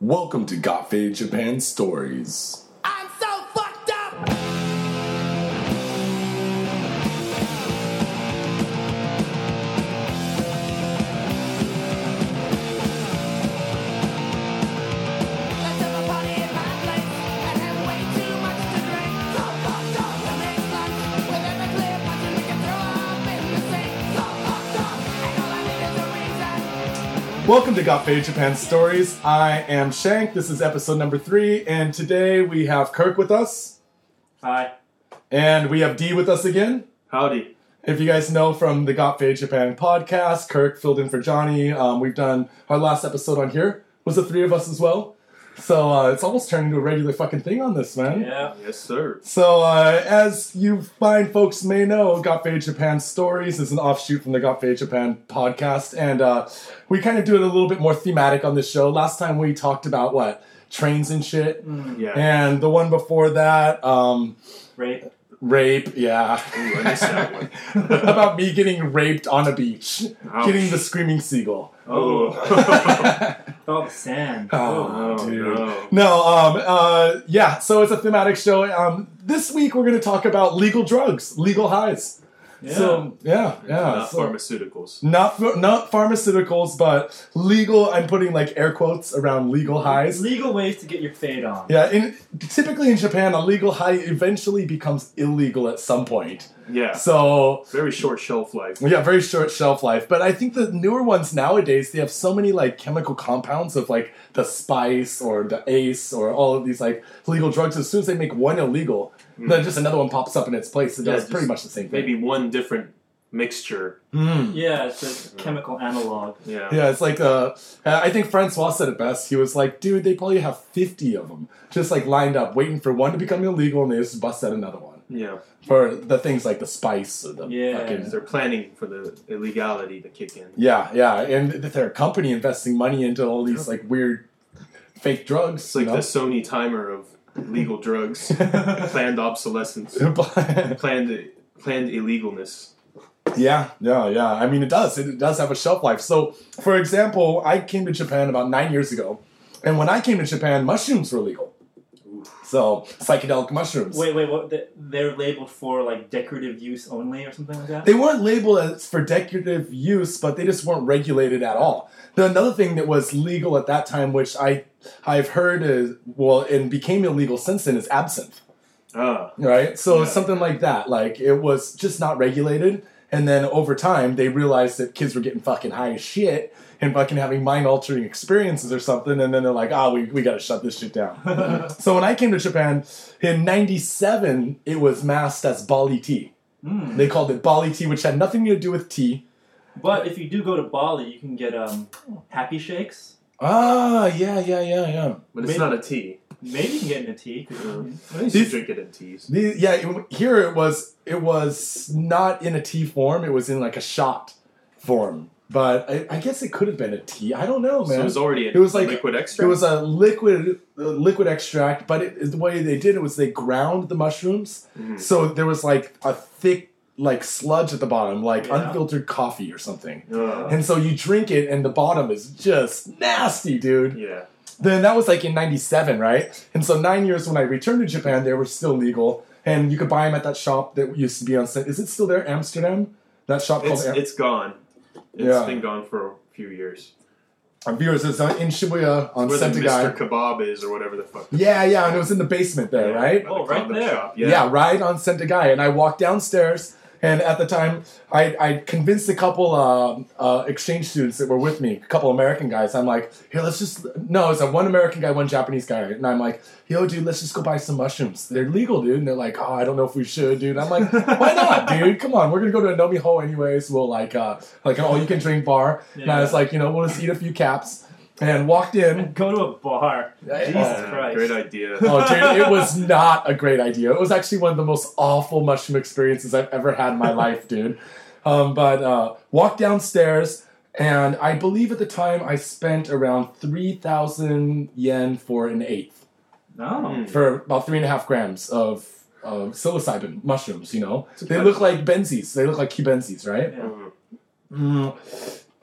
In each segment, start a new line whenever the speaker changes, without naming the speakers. Welcome to Gotfade Japan Stories.
I'm so fucked up! Let's have a party in my place and have way too much to drink. So fucked up the next lunch with every clear punch and we can throw up in the sink. So fucked up and all I need is a reason.
Welcome to Gotfade Japan Stories. I am Shank. This is episode number three, and today we have Kirk with us,
Hi.
and we have Dee with us again.
Howdy.
If you guys know from the Gotfade Japan podcast, Kirk filled in for Johnny. Um, we've done our last episode on here was the three of us as well. So uh, it's almost turned into a regular fucking thing on this, man.
Yeah. Yes, sir.
So, uh, as you fine folks may know, Gotfade Japan Stories is an offshoot from the Gotfade Japan podcast, and uh, we kind of do it a little bit more thematic on this show. Last time we talked about what trains and shit,
Mm.
Yeah.
and the one before that, um,
Rape.
rape. Yeah,
Ooh, I missed that one.
about me getting raped on a beach,
Ouch.
getting the screaming seagull.
Oh. oh, sand.
Oh,
no,
dude.
no.
No, um, uh, yeah. So it's a thematic show. Um, this week we're going to talk about legal drugs, legal highs.
Yeah.
So yeah, yeah,
not
so-
pharmaceuticals.
not ph- not pharmaceuticals, but legal. I'm putting like air quotes around legal highs.
legal ways to get your fade on.
Yeah, in typically in Japan, a legal high eventually becomes illegal at some point.
Yeah,
So
very short shelf life.
yeah, very short shelf life. But I think the newer ones nowadays they have so many like chemical compounds of like the spice or the ace or all of these like legal drugs. As soon as they make one illegal, then just another one pops up in its place. It
Mm. Yeah,
does
just
pretty much the same thing.
Maybe one different mixture.
Mm.
Yeah, it's a chemical analog.
Yeah,
Yeah, it's like uh, I think Francois said it best. He was like, "Dude, they probably have fifty of them just like lined up, waiting for one to become illegal, and they just bust out another one
yeah.
for the things like the spice or the
Yeah.
fucking."
They're planning for the illegality to kick in.
Yeah, yeah, and th- they're a company investing money into all these like weird fake drugs.
It's like the Sony timer of legal drugs, planned obsolescence,
this.
planned planned illegalness.
yeah, yeah, yeah. I mean, it does. It, it does have a shelf life. So, for example, I came to Japan about nine years ago, and when I came to Japan, mushrooms were legal. So psychedelic mushrooms.
Wait, wait, what? they- They're labeled for like decorative use only or something like that?
They weren't labeled as for decorative use, but they just weren't regulated at all. Then another thing that was legal at that time, which I I've heard is well and became illegal since then, is absinthe.
Ah,
Right, so
Yeah.
something like that. Like it was just not regulated, and then over time they realized that kids were getting fucking high as shit and fucking having mind altering experiences or something, and then they're like, oh, we we gotta shut this shit down. so when I came to Japan in '97, it was masked as Bali tea.
Mm.
They called it Bali tea, which had nothing to do with tea.
But if you do go to Bali, you can get um, happy shakes.
Ah, yeah, yeah, yeah, yeah.
but it's
Maybe-
not a tea.
Maybe you can get in a tea. 'cause-
I used
These-
to drink it in teas.
The, yeah, it- here it was. It was not in a tea form. It was in like a shot form. But I, I guess it could have been a tea. I don't know,
So
man.
it was already a
It was like-
liquid extract.
It was a liquid a liquid extract, but it, the way they did it was they ground the mushrooms,
Mhm.
so there was like a thick like sludge at the bottom, like
Yeah.
unfiltered coffee or something.
Ah,
And so you drink it, and the bottom is just nasty, dude.
yeah,
then that was like in 97 right and so nine years when i returned to japan they were still legal and you could buy them at that shop that used to be on Sa- is it still there amsterdam that shop
it's
called Am-
it's gone. It's
Oh, Yeah.
been gone for a few years.
our viewers is on- in shibuya on
Where the Mr.
Sentai.
Kebab is, or whatever the fuck.
yeah yeah and it was in the basement there
Yeah,
right
by the
Oh, right
condom
there.
shop,
yeah. right on Sentai. And I walked downstairs, and at the time, I, I convinced a couple um uh, exchange students that were with me, a couple American guys. I'm like, here, let's just no, it's a one American guy, one Japanese guy, and I'm like, yo, dude, let's just go buy some mushrooms. They're legal, dude. And they're like, oh, I don't know if we should, dude. I'm like, why not, dude? Come on, we're gonna go to a Nomi Ho anyways. We'll like uh, like an all you can drink bar, and I was like, you know, we'll just eat a few caps. And walked in.
Go to a bar.
Yeah,
Jesus
yeah.
Christ.
Great idea.
Oh, dude, it was not a great idea. It was actually one of the most awful mushroom experiences I've ever had in my life, dude. Um, but uh, walked downstairs, and I believe at the time I spent around 3,000 yen for an eighth,
No.
for about three and a half grams of, of psilocybin mushrooms, you know? They
good.
look like benzies. They look like key benzies, right?
Yeah.
Mm.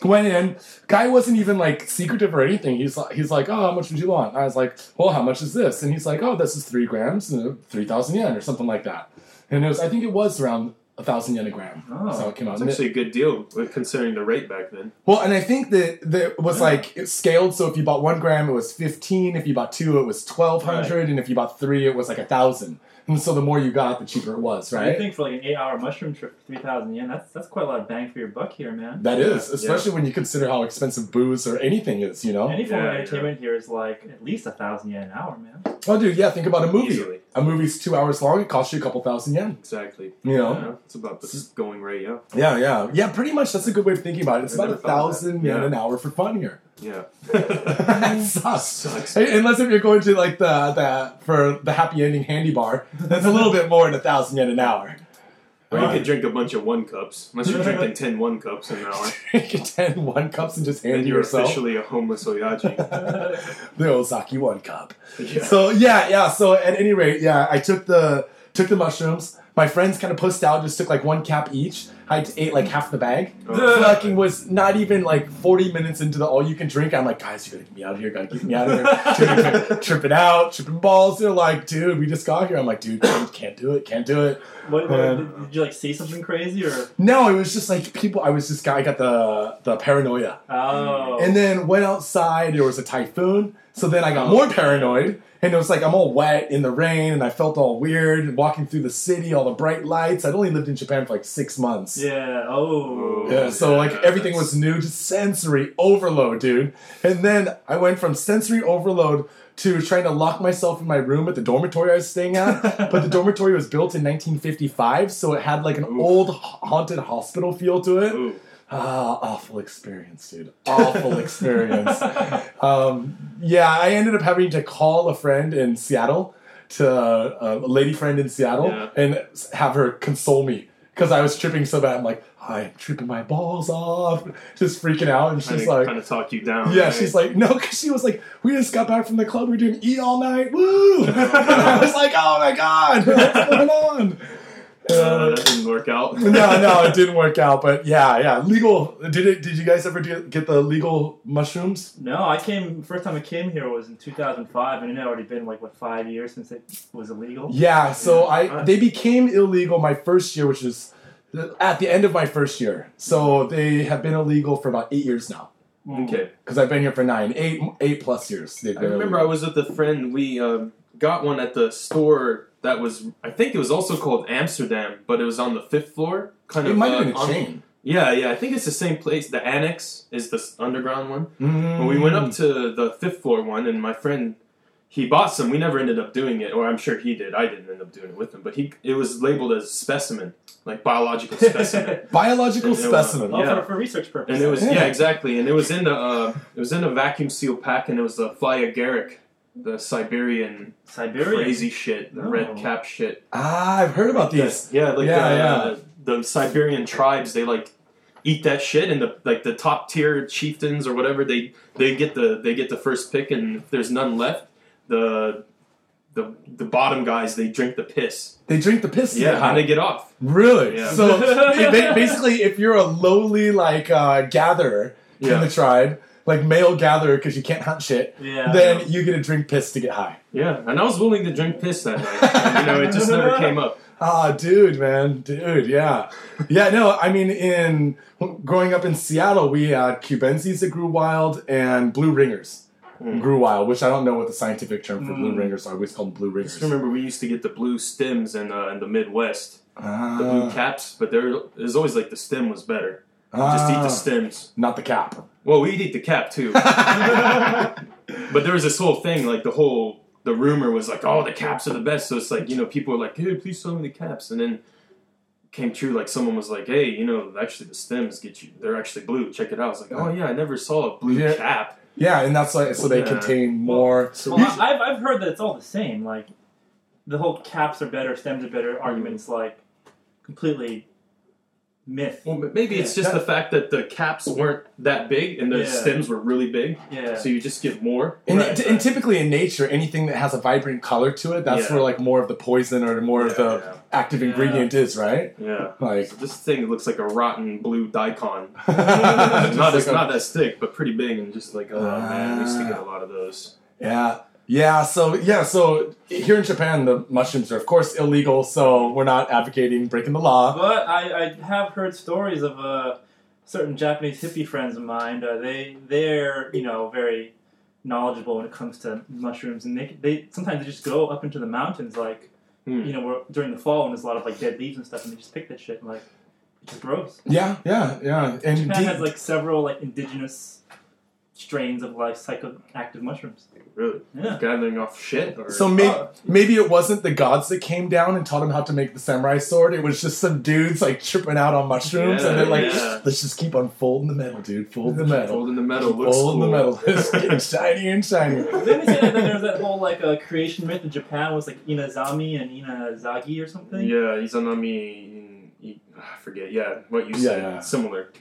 Went in. Guy wasn't even like secretive or anything. He's like, he's like, oh, how much would you want? I was like, well, how much is this? And he's like, oh, this is three grams, uh, three thousand yen or something like that. And it was, I think it was around a thousand yen a gram.
Oh,
so it came out.
It's
And it-
actually a good deal with- considering the rate back then.
well, and I think that that was
Yeah.
like it scaled. So if you bought one gram, it was fifteen. If you bought two, it was twelve hundred, and if you bought three, it was like a thousand. And so the more you got, the cheaper it was,
So
right?
You think for like an eight-hour mushroom trip, three thousand yen? That's that's quite a lot of bang for your buck here, man.
That
Yeah,
is, especially when you consider how expensive booze or anything is, you know?
Any form
Yeah,
of
yeah.
entertainment here is like at least a thousand yen an hour, man.
Oh, dude, yeah, think about a movie.
Easily.
A movie's two hours long, it costs you a couple thousand yen,
Exactly.
you know?
Yeah, it's about the going rate, yeah.
Yeah, yeah. Yeah, pretty much that's a good way of thinking about it. It's
I
about a
never thought of that.
thousand yen
Yeah.
an hour for fun here.
Yeah.
that sucks.
Sucks.
Hey, Unless if you're going to like the, the for the happy ending handy bar, that's a little bit more than a thousand yen an hour.
Or you could drink a bunch of one cups, unless you're drinking 10 one cups an hour.
Drink ten one cups and just
Then
hand
you're
yourself
officially a homeless oyaji.
the Ozaki one cup.
yeah.
So yeah, yeah. So at any rate, yeah, I took the took the mushrooms. My friends kind of pussed out, just took like one cap each. I ate like half the bag.
Oh.
Fucking was not even like forty minutes into the all you can drink. I'm like, guys, you gotta get me out of here, gotta get me out of here. Dude, tripping out, tripping balls. They're like, dude, we just got here. I'm like, dude, can't can't do it, can't do it.
What, what-
Yeah.
did, did you like see something crazy or?
No, it was just like people. I was just got I got the the paranoia.
Oh,
And then went outside, there was a typhoon. So then I got more paranoid. And it was like I'm all wet in the rain and I felt all weird walking through the city, all the bright lights. I'd only lived in Japan for like six months.
yeah. Oh,
Yeah, so like
Yeah,
everything
that's-
was new, just sensory overload, dude. And then I went from sensory overload to trying to lock myself in my room at the dormitory I was staying at. but the dormitory was built in 1955, so it had like an
Oof.
old ha- haunted hospital feel to it.
Ooh.
Ah, awful experience, dude. Awful experience. um, yeah, I ended up having to call a friend in Seattle, to uh, a lady friend in Seattle,
Yeah.
and s- have her console me because I was tripping so bad. I'm like, I'm tripping my balls off, just freaking out, and
Trying
she's
to
like.
kind of talk you down.
Yeah,
right?
she's like, no, because she was like, we just got back from the club. We were doing E all night. Woo! and I was like, oh my God, what's going on?
Uh, that didn't work out.
no, no, it didn't work out. But yeah, yeah, legal. Did it? Did you guys ever do, get the legal mushrooms?
No, I came. First time I came here was in 2005, and it had already been like what five years since it was illegal.
Yeah. So I
Huh.
they became illegal my first year, which is at the end of my first year. So they have been illegal for about eight years now.
Okay.
Because I've been here for nine, eight, eight plus years. They've
I
been
remember I
illegal.
was with a friend. We um, got one at the store that was, I think it was also called Amsterdam, but it was on the fifth floor. Kind
It
of.
might
uh,
have been a
on-
chain.
Yeah, yeah. I think it's the same place. The annex is the s- underground one. But we
Hmm.
went up to the fifth floor one, and my friend, he bought some. We never ended up doing it, or I'm sure he did. I didn't end up doing it with him, but he it was labeled as specimen, like biological specimen.
Mm. biological
It was-
specimen.
Oh,
Yeah.
for, for research purposes.
And it was yeah.
Yeah.
exactly, and it was in a uh, it was in a vacuum seal pack, and it was the fly agaric, the Siberian
Siberia.
crazy shit, the
Oh.
red cap shit.
Ah, I've heard about these.
Yeah, like uh,
Yeah,
the,
yeah.
The, the Siberian tribes, they like eat that shit, and the like the top tier chieftains or whatever they they get the they get the first pick, and if there's none left, the the the bottom guys they drink the piss.
They drink the piss.
Yeah,
out.
how they get off.
Really?
Yeah.
So ba- ba- basically, if you're a lowly like uh, gatherer
Yeah.
in the tribe, like male gatherer because you can't hunt shit,
Yeah.
then you get to drink piss to get high.
Yeah, and I was willing to drink piss that night. And, you know, it just never came up.
Ah, dude, man, dude, yeah, yeah. No, I mean, in growing up in Seattle, we had cubensis that grew wild and blue ringers
Hmm.
grew wild, which I don't know what the scientific term for blue ringers are. We always call them blue
I
ringers.
Hmm. just remember we used to get the blue stems in uh, in the Midwest,
Ah,
the blue caps, but there there's always like the stem was better. Just eat
ah,
the stems.
not the cap.
Well, we'd eat the cap too. but there was this whole thing, like the whole the rumor was like, oh, the caps are the best. So it's like you know, people were like, hey, please sell me the caps, and then came true. Like someone was like, hey, you know, actually the stems get you. They're actually blue. Check it out. I was like, oh yeah, I never saw a blue
Yeah.
cap.
Yeah, and that's why so they
Yeah.
contain more.
Well,
Usually-
I, I've, I've heard that it's all the same. Like, the whole caps are better, stems are better arguments, like, completely myth.
Well, but maybe it's
Yeah.
just the fact that the caps weren't that big and the
Yeah.
stems were really big,
Yeah.
so you just get more.
And,
Right,
and
right.
typically in nature, anything that has a vibrant color to it, that's
Yeah.
where like more of the poison or more of
Yeah,
the
yeah.
active
Yeah.
ingredient is, right?
Yeah.
Like,
So this thing looks like a rotten blue daikon.
Just
not, as,
like a- Ah.
not as thick, but pretty big, and just like, oh man, we used to get a lot of those.
yeah, yeah. So yeah, so here in Japan, the mushrooms are of course illegal, so we're not advocating breaking the law.
But I, I have heard stories of uh, certain Japanese hippie friends of mine. Uh, they they're you know very knowledgeable when it comes to mushrooms, and they they sometimes they just go up into the mountains like
Hmm.
you know where, during the fall when there's a lot of like dead leaves and stuff, and they just pick that shit and like it just grows.
Yeah, yeah, yeah. And
Japan
deep-
has like several like indigenous strains of like psychoactive mushrooms.
Really?
Yeah.
Gathering off shit? Or, uh,
So maybe
Oh.
maybe it wasn't the gods that came down and taught him how to make the samurai sword. It was just some dudes like tripping out on mushrooms, and they're like,
Yeah, yeah.
"Let's just keep on folding the metal, dude. Fold the metal,
Folding the metal
fold
looks cool.
the metal. It's getting shiny and shiny."
Didn't they say that there was that whole like uh, creation myth in Japan was like Inazami and Inazagi or something?
Yeah, Izanami. I forget. Yeah, what you
Yeah,
said.
yeah.
Similar.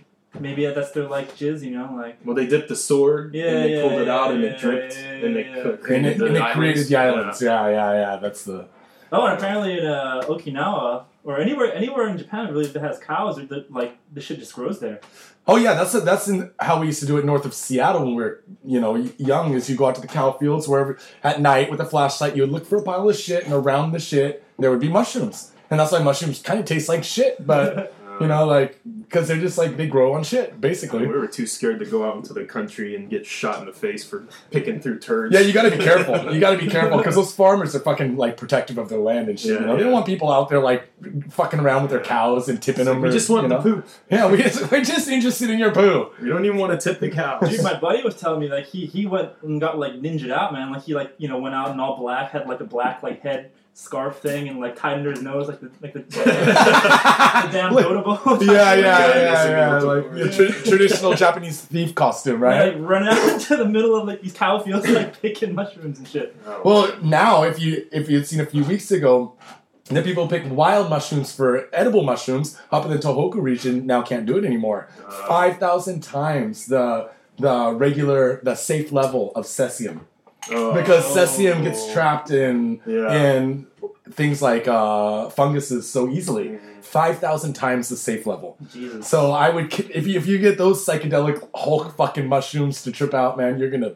Maybe that's their like jizz, you know, like
Well, they dipped the sword,
Yeah,
and they
yeah,
pulled it
yeah,
out, and
yeah,
it dripped,
yeah,
and they
yeah.
cou-
And it,
the
and it
islands.
created the islands. Yeah, yeah, yeah. That's the
Oh, and apparently in uh, Okinawa or anywhere anywhere in Japan really that has cows, or that like the shit just grows there.
Oh yeah, that's that's in how we used to do it north of Seattle when we were you know young. Is you go out to the cow fields wherever at night with a flashlight, you would look for a pile of shit, and around the shit there would be mushrooms, and that's why mushrooms kind of taste like shit, but you know like because they're just like they grow on shit
We
basically.
were too scared to go out into the country and get shot in the face for picking through turds.
Yeah, you got to be careful. You got to be careful because those farmers are fucking like protective of their land and shit.
Yeah,
you know they don't
yeah.
want people out there like fucking around with their cows and tipping them.
we
or,
just want
you
the
know.
poop.
Yeah, we just, we're just interested in your poo.
We don't even want to tip the cows.
Dude, my buddy was telling me like he he went and got like ninja out, man. Like he like you know went out in all black, had like a black like head scarf thing, and like tied under his nose like the like the, the damn
Look-
Dota ball.
yeah, yeah,
Yeah,
yeah,
it's a
yeah.
multiple
Like
order.
the tra- traditional Japanese thief costume,
Right?
right?
Like running out into the middle of like these cow fields, like picking mushrooms and shit.
Oh.
Well, now if you if you had seen a few weeks ago, the people who pick wild mushrooms for edible mushrooms up in the Tohoku region now can't do it anymore.
Uh.
Five thousand times the the regular the safe level of cesium
Oh.
because cesium gets trapped in
Yeah.
in things like uh, funguses so easily.
Mhm.
Five thousand times the safe level.
Jesus.
So I would ki- if you, if you get those psychedelic Hulk fucking mushrooms to trip out, man, you're gonna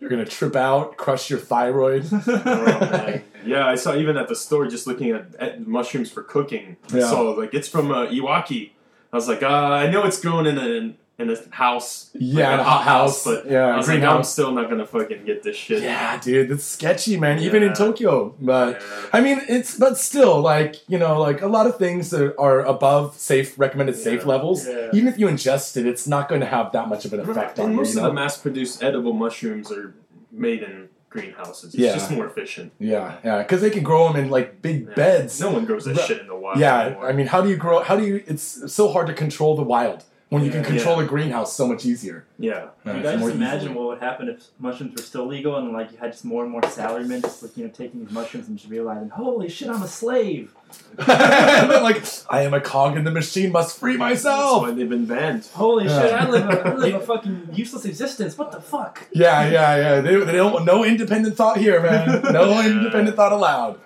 you're gonna trip out, crush your thyroid.
Oh, man. yeah, I saw even at the store just looking at, at mushrooms for cooking.
Yeah.
So like it's from uh, Iwaki. I was like, uh, I know it's grown in a in a house, like
Yeah, in
a
a
hot
house.
house, but
Yeah,
I was like, I'm
greenhouse.
still not gonna fucking get this shit.
yeah, dude, that's sketchy, man. Even in
Yeah.
Tokyo, but
Yeah.
I mean, it's but still, like you know, like a lot of things that are above safe recommended safe
Yeah.
levels.
Yeah.
Even if you ingest it, it's not going to have that much of an effect on
And
you.
most
you
of the
know?
mass-produced edible mushrooms are made in greenhouses. It's
Yeah.
just more efficient.
yeah, yeah, because they can grow them in like big
Yeah.
beds.
No one grows that
But-
shit in the wild.
Yeah,
anymore.
I mean, how do you grow? How do you? It's so hard to control the wild when you can
Yeah.
control the greenhouse so much easier.
yeah.
Yeah,
You
it's
guys
more
just imagine
easily.
what would happen if mushrooms were still legal and like you had just more and more salarymen just like you know taking these mushrooms and just realizing, holy shit, I'm a slave.
and then, like, I am a cog in the machine, must free
That's
myself.
why they've been banned.
Holy
Yeah.
shit, I live a, I live a fucking useless existence. What the fuck?
Yeah, yeah, yeah. They, they don't no independent thought here, man. No
Yeah.
independent thought allowed.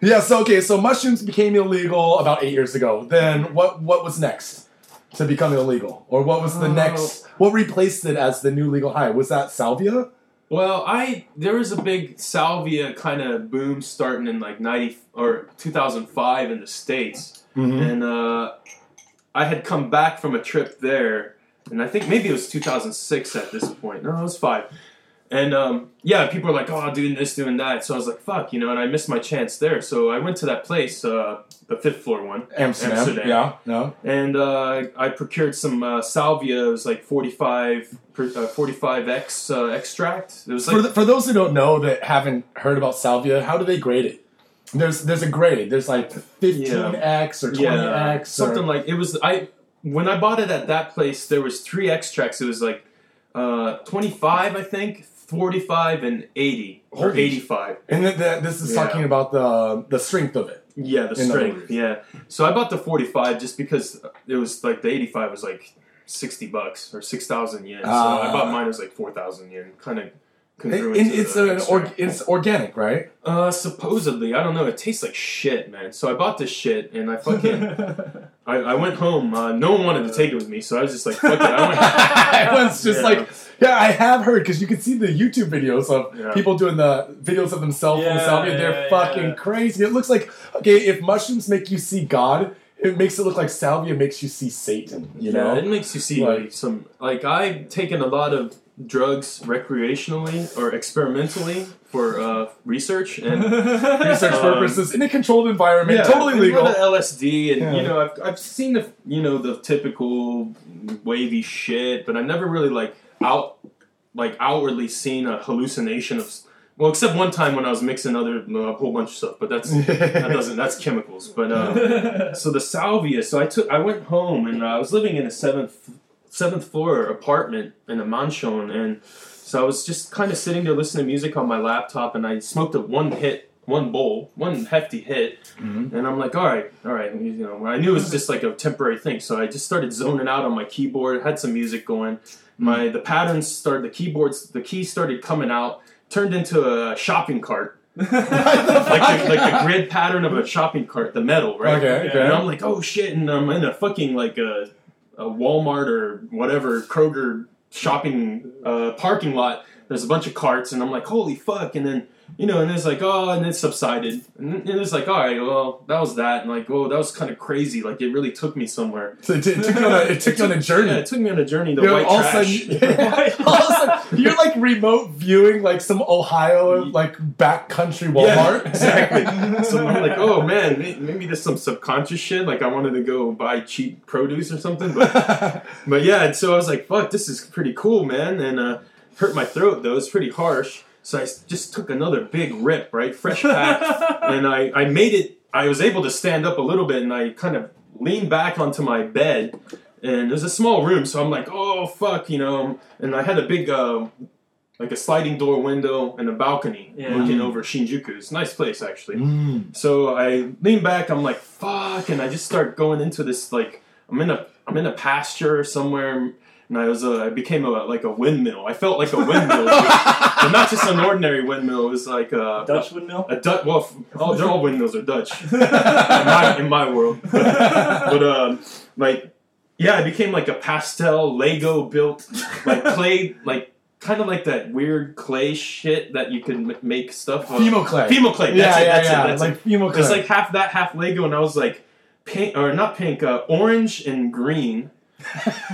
Yeah. So okay, so mushrooms became illegal about eight years ago. Then what? What was next? To become illegal, or what was the
Oh.
next? What replaced it as the new legal high? Was that salvia?
Well, I there was a big salvia kind of boom starting in like ninety or two thousand five in the states,
Mm-hmm.
and uh, I had come back from a trip there, and I think maybe it was two thousand six at this point. No, it was five, and um, yeah, people were like, "Oh, doing this, doing that." So I was like, "Fuck," you know, and I missed my chance there. So I went to that place, uh, the fifth floor one,
Amsterdam.
Amsterdam.
Yeah. No.
and uh, I procured some uh, salvia. It was like 45 forty five x uh, extract. It was like
for, th for those who don't know that haven't heard about salvia, how do they grade it? There's there's a grade. There's like 15x or 20x or
something like it was. I when I bought it at that place, there was three extracts. It was like uh, twenty five, I think, forty five, and eighty or
Holy
eighty five.
And th- th- this is
Yeah.
talking about the the strength of it.
Yeah, the
In other
strength.
words.
Yeah. So I bought the 45 just because it was like the 85 was like 60 bucks or 6,000 yen. so I
Ah.
bought mine was like 4,000 yen, kind of congruent.
It- and
to
it's
the
an
strength.
org it's organic, right?
uh, supposedly, I don't know. It tastes like shit, man. So I bought this shit and I fucking I, I went home. Uh, no one wanted to take it with me, so I was just like, fuck it. I went,
Everyone's just
Yeah.
like, yeah, I have heard because you can see the YouTube videos of
Yeah.
people doing the videos of themselves in the
Yeah,
salvia. They're
yeah,
fucking
yeah.
crazy. It looks like okay, if mushrooms make you see God, it makes it look like salvia makes you see Satan. You know,
Yeah, it makes you see
Like-
like, some like I've taken a lot of drugs recreationally or experimentally for uh, research and.
research
Um,
purposes in a controlled environment, totally
and
legal.
go to LSD, and
Yeah.
you know, I've, I've seen the you know the typical wavy shit, but I never really like out like outwardly seen a hallucination of. s- Well, except one time when I was mixing other a whole bunch of stuff, but that's that doesn't that's chemicals. But uh, so the salvia. So I took I went home and I was living in a seventh seventh floor apartment in a mansion, and so I was just kind of sitting there listening to music on my laptop, and I smoked a one hit, one bowl, one hefty hit, and I'm like, all right, all right, you know, I knew it was just like a temporary thing, so I just started zoning out on my keyboard, had some music going, my the patterns started, the keyboards, the keys started coming out, turned into a shopping cart. like, the, like the grid pattern of a shopping cart, the metal, right?
Okay,
Yeah.
okay.
And I'm like, oh shit, and I'm in a fucking like a, a Walmart or whatever Kroger shopping uh, parking lot. There's a bunch of carts, and I'm like, holy fuck! And then you know, and it's like, oh, and it subsided, and, and it's like, all right, well, that was that, and like, oh, that was kind of crazy. Like, it really took me somewhere.
So it, t- it took you on a, it took you on a journey.
Yeah, it took me on a journey to
You know,
white
all of a
trash.
sudden, all of a sudden, you're like remote viewing like some Ohio like backcountry Walmart.
Yeah, exactly. so I'm like, oh man, may- maybe there's some subconscious shit. Like I wanted to go buy cheap produce or something, but but yeah. And so I was like, fuck, this is pretty cool, man. And uh, hurt my throat though. It's pretty harsh. So I s- just took another big rip, right, fresh pack, and I I made it. I was able to stand up a little bit, and I kind of leaned back onto my bed. And there's a small room, so I'm like, oh fuck, you know. And I had a big, uh, like a sliding door window and a balcony
Yeah.
looking over Shinjuku. It's a nice place actually.
Mm.
So I lean back. I'm like, fuck, and I just start going into this like I'm in a I'm in a pasture somewhere, and I was a, I became a like a windmill. I felt like a windmill, but not just an ordinary windmill. It was like a
Dutch windmill.
A Dutch. Well, f- all, they're all windmills are Dutch in my, in my world. but um, like yeah, I became like a pastel Lego built like clay like. Kind of like that weird clay shit that you can m- make stuff. of.
Femo clay.
Femo clay. That's
yeah,
it,
yeah,
that's
yeah.
It, that's it.
like female
It's
clay.
like half that, half Lego, and I was like pink or not pink, uh, orange and green,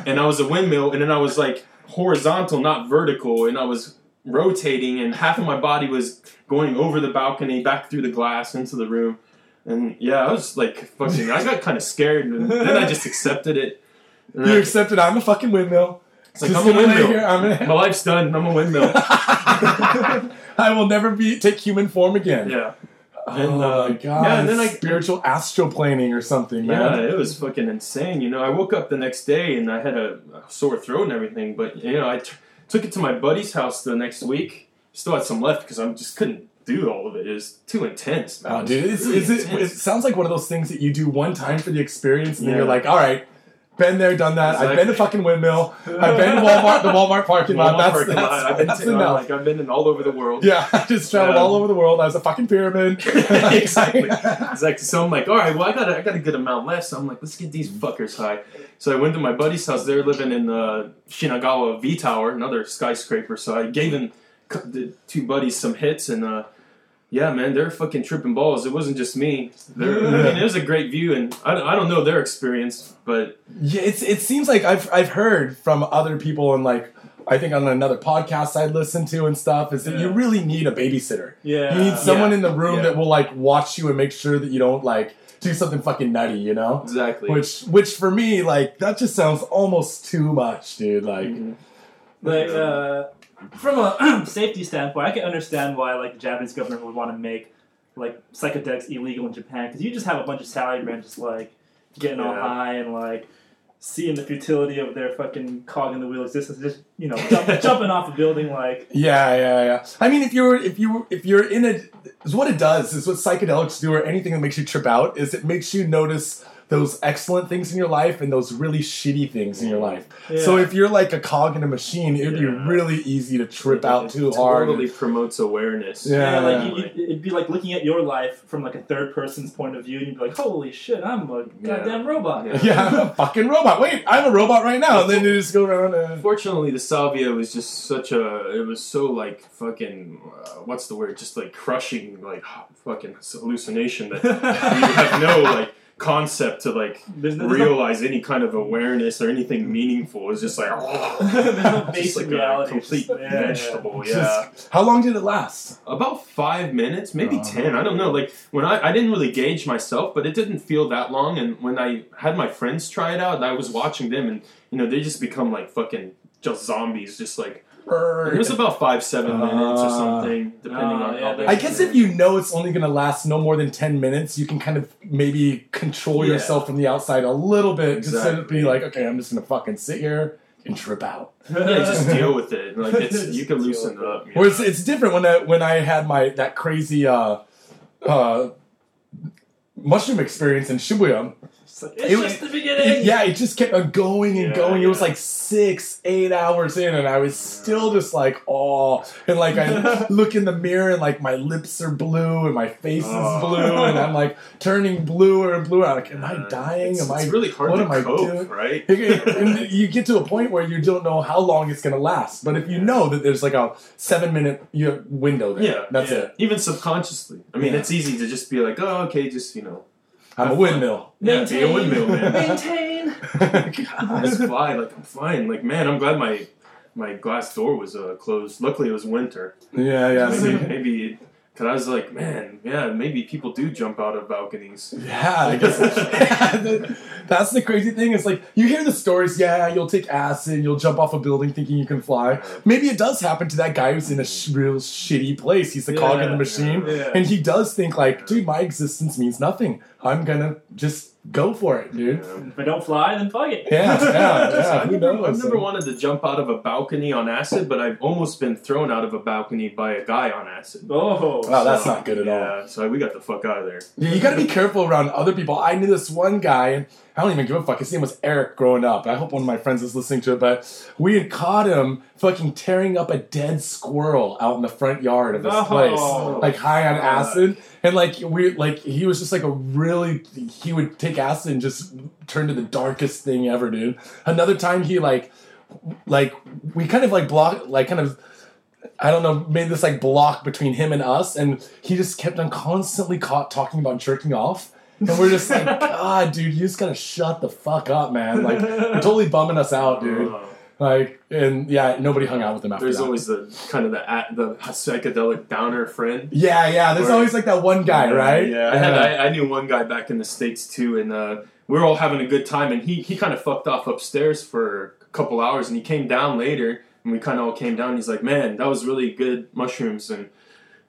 and I was a windmill, and then I was like horizontal, not vertical, and I was rotating, and half of my body was going over the balcony, back through the glass, into the room, and yeah, I was like fucking. I got kind of scared, and then I just accepted it. And
you
I-
accepted. I'm a fucking windmill.
it's like,
Just
I'm a
gonna lay
windmill.
here, I'm
my
a-
life's done. I'm a windmill.
I will never be take human form again.
Yeah.
Oh
And, uh,
my god.
Yeah, and then I
spiritual astroplaning or something, man.
Yeah, it was fucking insane. You know, I woke up the next day and I had a, a sore throat and everything, but you know, I t- took it to my buddy's house the next week. Still had some left because I just couldn't do all of it. It was too intense. Man.
Oh, dude,
It
it's,
was really
is it, it
intense.
sounds like one of those things that you do one time for the experience, and then
Yeah.
you're like, all right, been there, done that. I've been to
Exactly.
fucking windmill. I've been to Walmart, the Walmart parking lot.
Walmart
That's,
parking
that's,
lot. I've been
that's
to- I'm
enough.
like I've been in all over the world.
yeah, I just traveled
Yeah.
all over the world. I was a fucking pyramid.
exactly. Exactly. So I'm like, all right, well, I got a, I got a good amount left. So I'm like, let's get these fuckers high. So I went to my buddy's house. They're living in the Shinagawa V Tower, another skyscraper. So I gave them c- the two buddies some hits, and uh, yeah, man, they're fucking tripping balls. It wasn't just me. They're, I mean, it was a great view, and I, don't- I don't know their experience, but
Yeah, it's it seems like I've I've heard from other people and like I think on another podcast I listened to and stuff is that you
Yeah.
really need a babysitter.
Yeah.
You need someone
Yeah.
in the room
Yeah.
that will like watch you and make sure that you don't like do something fucking nutty, you know?
exactly.
Which which for me like that just sounds almost too much, dude. Like
Mm-hmm.
Like, uh, from a safety standpoint, I can understand why like the Japanese government would want to make like psychedelics illegal in Japan because you just have a bunch of salarymen just like getting all
Yeah.
high and like seeing the futility of their fucking cog in the wheel existence, just you know, jump, jumping off a building like
Yeah, yeah, yeah. I mean, if you're if you if you're in a, is what it does is what psychedelics do or anything that makes you trip out is it makes you notice those excellent things in your life and those really shitty things in your life. So
Yeah.
if you're like a cog in a machine, it'd be
Yeah.
really easy to trip out too hard.
Totally promotes awareness.
Yeah.
Yeah, like you, you, it'd be like looking at your life from like a third person's point of view, and you'd be like, "Holy shit, I'm a
Yeah.
goddamn robot."
Yeah.
Yeah, I'm a fucking robot. Wait, I'm a robot right now. And then you just go around and
Fortunately, the salvia was just such a. It was so like fucking. Uh, what's the word? Just like crushing, like fucking hallucination that you have no like concept to like
There's no, there's no-
realize any kind of awareness or anything meaningful. It's just like.
there's no
just
basic
like a
reality.
complete
Just- yeah, yeah.
vegetable. Yeah.
just, how long did it last?
about five minutes, maybe
Uh-huh.
ten. I don't know. Like when I, I didn't really gauge myself, but it didn't feel that long. And when I had my friends try it out, I was watching them, and you know they just become like fucking just zombies. Just like it was about five seven minutes or
Ah.
something, depending
Ah,
on
yeah,
how they.
I guess if you know it's only going to last no more than 10 minutes, you can kind of maybe control
Yeah.
yourself from the outside a little bit instead of
Exactly.
being like, okay, I'm just going to fucking sit here and trip out.
yeah, just deal with it. Like it's you can
Deal
loosen
with it.
up. you
Whereas
know.
it's different when I, when I had my that crazy uh, uh, mushroom experience in Shibuya.
It's, like,
It
it's
was-
just the beginning.
It- yeah, it just kept on going and
Yeah,
going. It was
yeah.
like six, eight hours in, and I was still just like, oh. And like, I look in the mirror, and like, my lips are blue, and my face
Oh.
is blue, and I'm like turning bluer and bluer. I'm like, am I
Uh,
dying?
It's,
am I
it's really hard
what
to
am I
cope,
doing?
right?
And you get to a point where you don't know how long it's going to last. But if you know that there's like a seven minute you know, window there,
Yeah,
that's
yeah.
it.
Even subconsciously. I mean,
Yeah.
it's easy to just be like, oh, okay, just you know,
I'm a windmill.
yeah, be a
Maintain.
windmill man.
Maintain.
I just fly like I'm flying. Like man, I'm glad my my glass door was uh, closed. Luckily, it was winter.
yeah, yeah. See,
Maybe, maybe because I was like, man, yeah, maybe people do jump out of balconies.
Yeah, I guess that- that's the crazy thing. It's like you hear the stories. Yeah, you'll take acid, you'll jump off a building thinking you can fly. Maybe it does happen to that guy who's in a sh- real shitty place. He's the cog in
Yeah,
the machine,
yeah.
and he does think like, dude, my existence means nothing. I'm gonna just go for it,
You
dude.
know?
If I don't fly, then fuck it.
Yeah, yeah, yeah.
I've,
who
never,
knows?
I've never wanted to jump out of a balcony on acid, but I've almost been thrown out of a balcony by a guy on acid.
Oh,
Wow, that's not good at all.
yeah, So we got the fuck out of there.
Yeah, you gotta be careful around other people. I knew this one guy, and I don't even give a fuck. His name was Eric growing up. I hope one of my friends is listening to it, but we had caught him fucking tearing up a dead squirrel out in the front yard of this
No.
place. Like high on
Fuck.
acid. And like we like he was just like a really he would take acid and just turn to the darkest thing ever, dude. Another time he like like we kind of like block like kind of I don't know, made this like block between him and us, and he just kept on constantly caught talking about jerking off. And we're just like, God, dude, you just gotta shut the fuck up, man. Like, you're totally bumming us out, dude.
Uh,
Like, and yeah, nobody hung out with him after
there's
that.
always the kind of the at- the psychedelic downer friend.
yeah, yeah, there's
Or-
always like that one guy,
Yeah,
right? Uh-huh.
Yeah, I, had, I, I knew one guy back in the states too, and uh, we were all having a good time. And he he kind of fucked off upstairs for a couple hours, and he came down later, and we kind of all came down. And he's like, "Man, that was really good mushrooms." And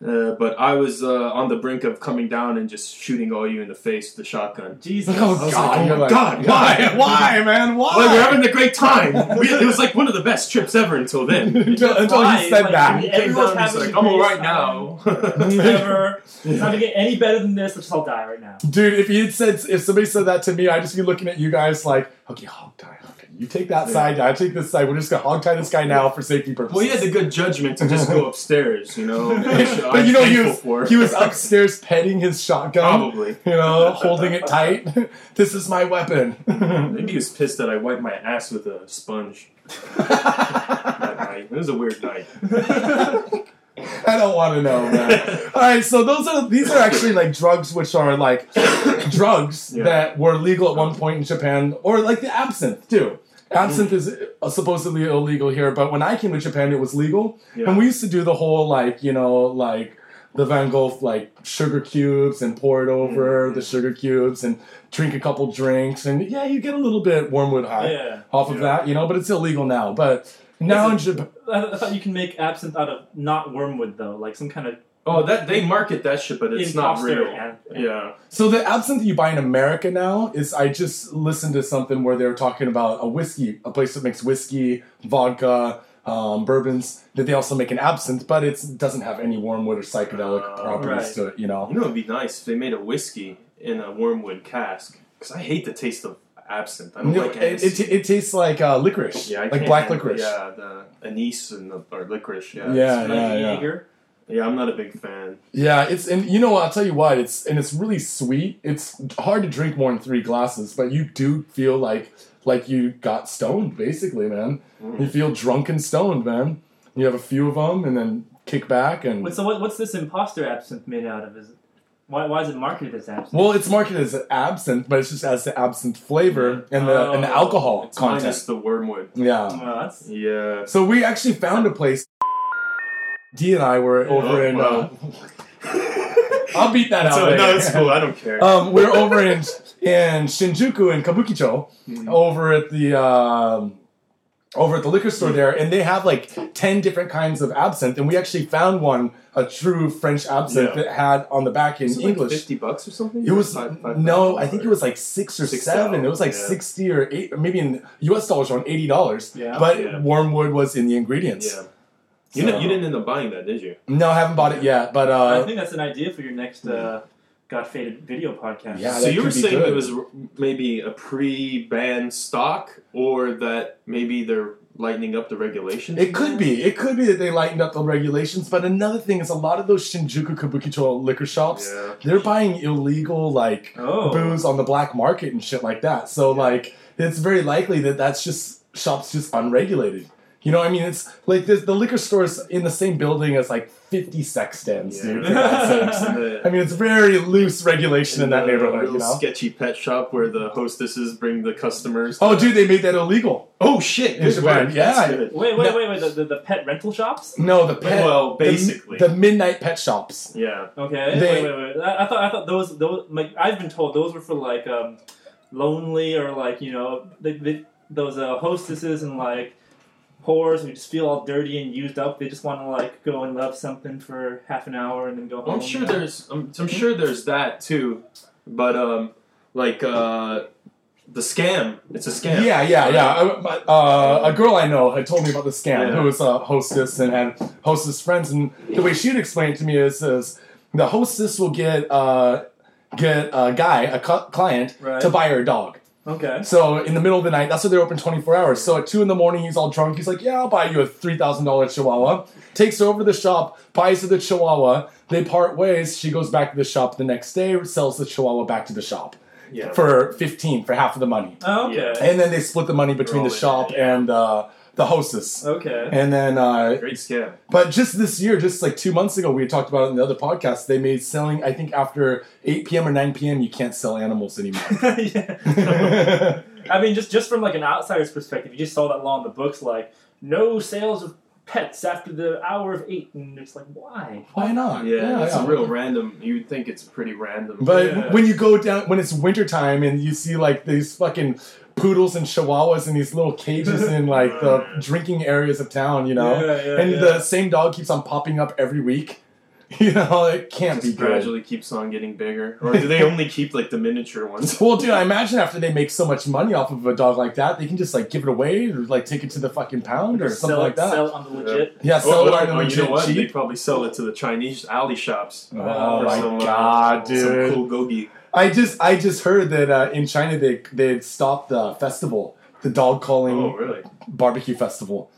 uh, but I was uh, on the brink of coming down and just shooting all you in the face with the shotgun.
Jesus.
Oh,
I was
God,
like, oh
you're
my God, why?
why, man? Why?
Well, we were having a great time. We, it was like one of the best trips ever until then.
until until
Why?
he said
Like,
that.
And he came
Everyone's
down, he's
having
like,
a
"I'm all
great
right
time."
now."
Never. It's not gonna get any better than this. Let's just all die right now.
Dude, if he had said, if somebody said that to me, I'd just be looking at you guys like, okay, hog tie. Okay, you take that side, I take this side. We're just gonna hog tie this guy now for safety purposes.
Well, he had the good judgment to just go upstairs, you know. which
but
I'm
you know, he
thankful
was,
for.
he was upstairs petting his shotgun,
Probably.
you know, holding it tight. this is my weapon.
Maybe he was pissed that I wiped my ass with a sponge that night. It was a weird night.
I don't want to know, man. All right, so those are these are actually like drugs, which are like drugs
Yeah.
that were legal at one point in Japan, or like the absinthe too.
Mm-hmm.
Absinthe is uh, supposedly illegal here, but when I came to Japan, it was legal,
Yeah.
and we used to do the whole like you know like the Van Gogh like sugar cubes and pour it
Mm-hmm.
over the sugar cubes and drink a couple drinks, and yeah, you get a little bit wormwood high
Yeah.
off of
Yeah.
that, you know, but it's illegal now, but. Now in Japan,
I, I thought you can make absinthe out of not wormwood though, like some kind of
Oh, that they market that shit, but it's not
imposter
real.
and-
Yeah.
so the absinthe you buy in America now is. I just listened to something where they were talking about a whiskey, a place that makes whiskey, vodka, um, bourbons. That they also make an absinthe, but it doesn't have any wormwood or psychedelic
Uh,
properties
right.
to it. You
You
know.
know, it'd be nice if they made a whiskey in a wormwood cask. Because I hate the taste of absinthe. I don't
No,
like
it,
anise.
it, it tastes like uh, licorice,
yeah, I
like
can't
black
handle-
licorice.
Yeah, the anise and the or licorice. Yeah,
Yeah,
like
it's-
yeah, yeah.
Jaeger.
yeah. I'm not a big fan.
Yeah, it's and you know what? I'll tell you what. It's and it's really sweet. It's hard to drink more than three glasses, but you do feel like like you got stoned, basically, man.
Mm.
You feel drunk and stoned, man. You have a few of them, and then kick back and.
What- so what, what's this imposter absinthe made out of? Is it, why why is it marketed as absinthe?
well, it's marketed as absinthe, but it just has the absinthe flavor and the and the
Oh,
alcohol
It's
content.
minus the wormwood.
Yeah.
Well, that's
Yeah.
So we actually found a place. D and I were over
Oh,
in. Uh,
well.
I'll beat that out.
so,
later.
no, it's cool. I don't care.
um, we're over in in Shinjuku in Kabukicho,
Hmm.
over at the um, over at the liquor store there, and they have like ten different kinds of absinthe, and we actually found one a true French absinthe
Yeah.
that had on the back in
Is it like
English.
Fifty bucks or something.
it was
Five- five
no,
bucks
I think it
or-
was like six or
Six
seven. It was like
dollars, yeah.
sixty or eight, or maybe in U.S. dollars around eighty dollars.
Yeah.
but
Yeah.
wormwood was in the ingredients.
Yeah. You, know,
So-
you didn't end up buying that, did you?
No, I haven't bought it yet, but
I
uh,
think that's an idea for your next uh, Got Faded video podcast.
Yeah,
so
that
you were
could be
saying
good.
it was r- maybe a pre-ban stock, or that maybe they're lightening up the regulations.
It could be. It could be that they lightened up the regulations. But another thing is, a lot of those Shinjuku Kabukicho liquor shops,
Yeah.
they're buying illegal like
Oh.
booze on the black market and shit like that. So like, it's very likely that that's just shops just unregulated. You know, what I mean, it's like this, the liquor stores in the same building as like fifty sex stands, dude. for God's sakes. I mean, it's very loose regulation in that neighborhood.
Little
You know?
sketchy pet shop where the hostesses bring the customers.
Oh, dude, they made that illegal.
Oh shit! Good
It's
work.
bad, yeah.
That's good.
Wait, wait,
No.
wait, wait. The, the, the pet rental shops?
No, the pet.
Well,
the-
basically.
the midnight pet shops.
Yeah.
Okay.
They-
wait, wait, wait. I, I thought I thought those those like I've been told those were for like um, lonely or like you know they, they, those uh, hostesses and like whores who just feel all dirty and used up. They just want to like go and love something for half an hour and then go home.
Oh,
I'm sure there's. I'm, I'm sure there's that too, but um, like uh, the scam. It's a scam.
Yeah, yeah, yeah. I- my- Uh, a girl I know had told me about the scam
Yeah.
who was a hostess and had hostess friends, and the way she'd explain it to me is, is the hostess will get uh, get a guy, a cu- client,
Right.
to buy her a dog.
Okay.
So in the middle of the night, that's why they're open 24 hours. So at 2 in the morning, he's all drunk. He's like, Yeah, I'll buy you a $3,000 chihuahua. Takes her over to the shop, buys her the chihuahua. They part ways. She goes back to the shop the next day, sells the chihuahua back to the shop
Yeah.
for 15 for half of the money.
Oh, okay.
Yeah.
And then they split the money between the
Roll it,
shop
yeah.
and uh, the hostess.
Okay.
And then, uh,
Great scam.
but just this year, just like two months ago, we had talked about it in the other podcast. They made selling, I think, after 8 p.m. or 9 p.m., you can't sell animals anymore.
yeah. I mean, just just from like an outsider's perspective, you just saw that law in the books, like no sales of pets after the hour of eight, and it's like why?
Why not?
Yeah, it's
yeah.
real random. You'd think it's pretty random.
But
Yeah.
when you go down, when it's wintertime and you see like these fucking poodles and chihuahuas in these little cages in like the drinking areas of town, you know?
Yeah, yeah,
and
yeah.
the same dog keeps on popping up every week. You know, it can't
just
be good.
gradually keeps on getting bigger. Or do they only keep like the miniature ones?
Well, dude, I imagine after they make so much money off of a dog like that, they can just like give it away or like take it to the fucking pound or
Just
something
sell,
like that.
Sell on the legit.
yeah,
Or-
sell
or-
it on a
or Oh, you know
legit
what? They
cheap.
probably sell it to the Chinese alley shops.
Oh
Or
my
some, uh,
god, dude!
Some cool gogi.
I just I just heard that uh, in China they they stopped the festival, the dog calling
Oh, really?
barbecue festival.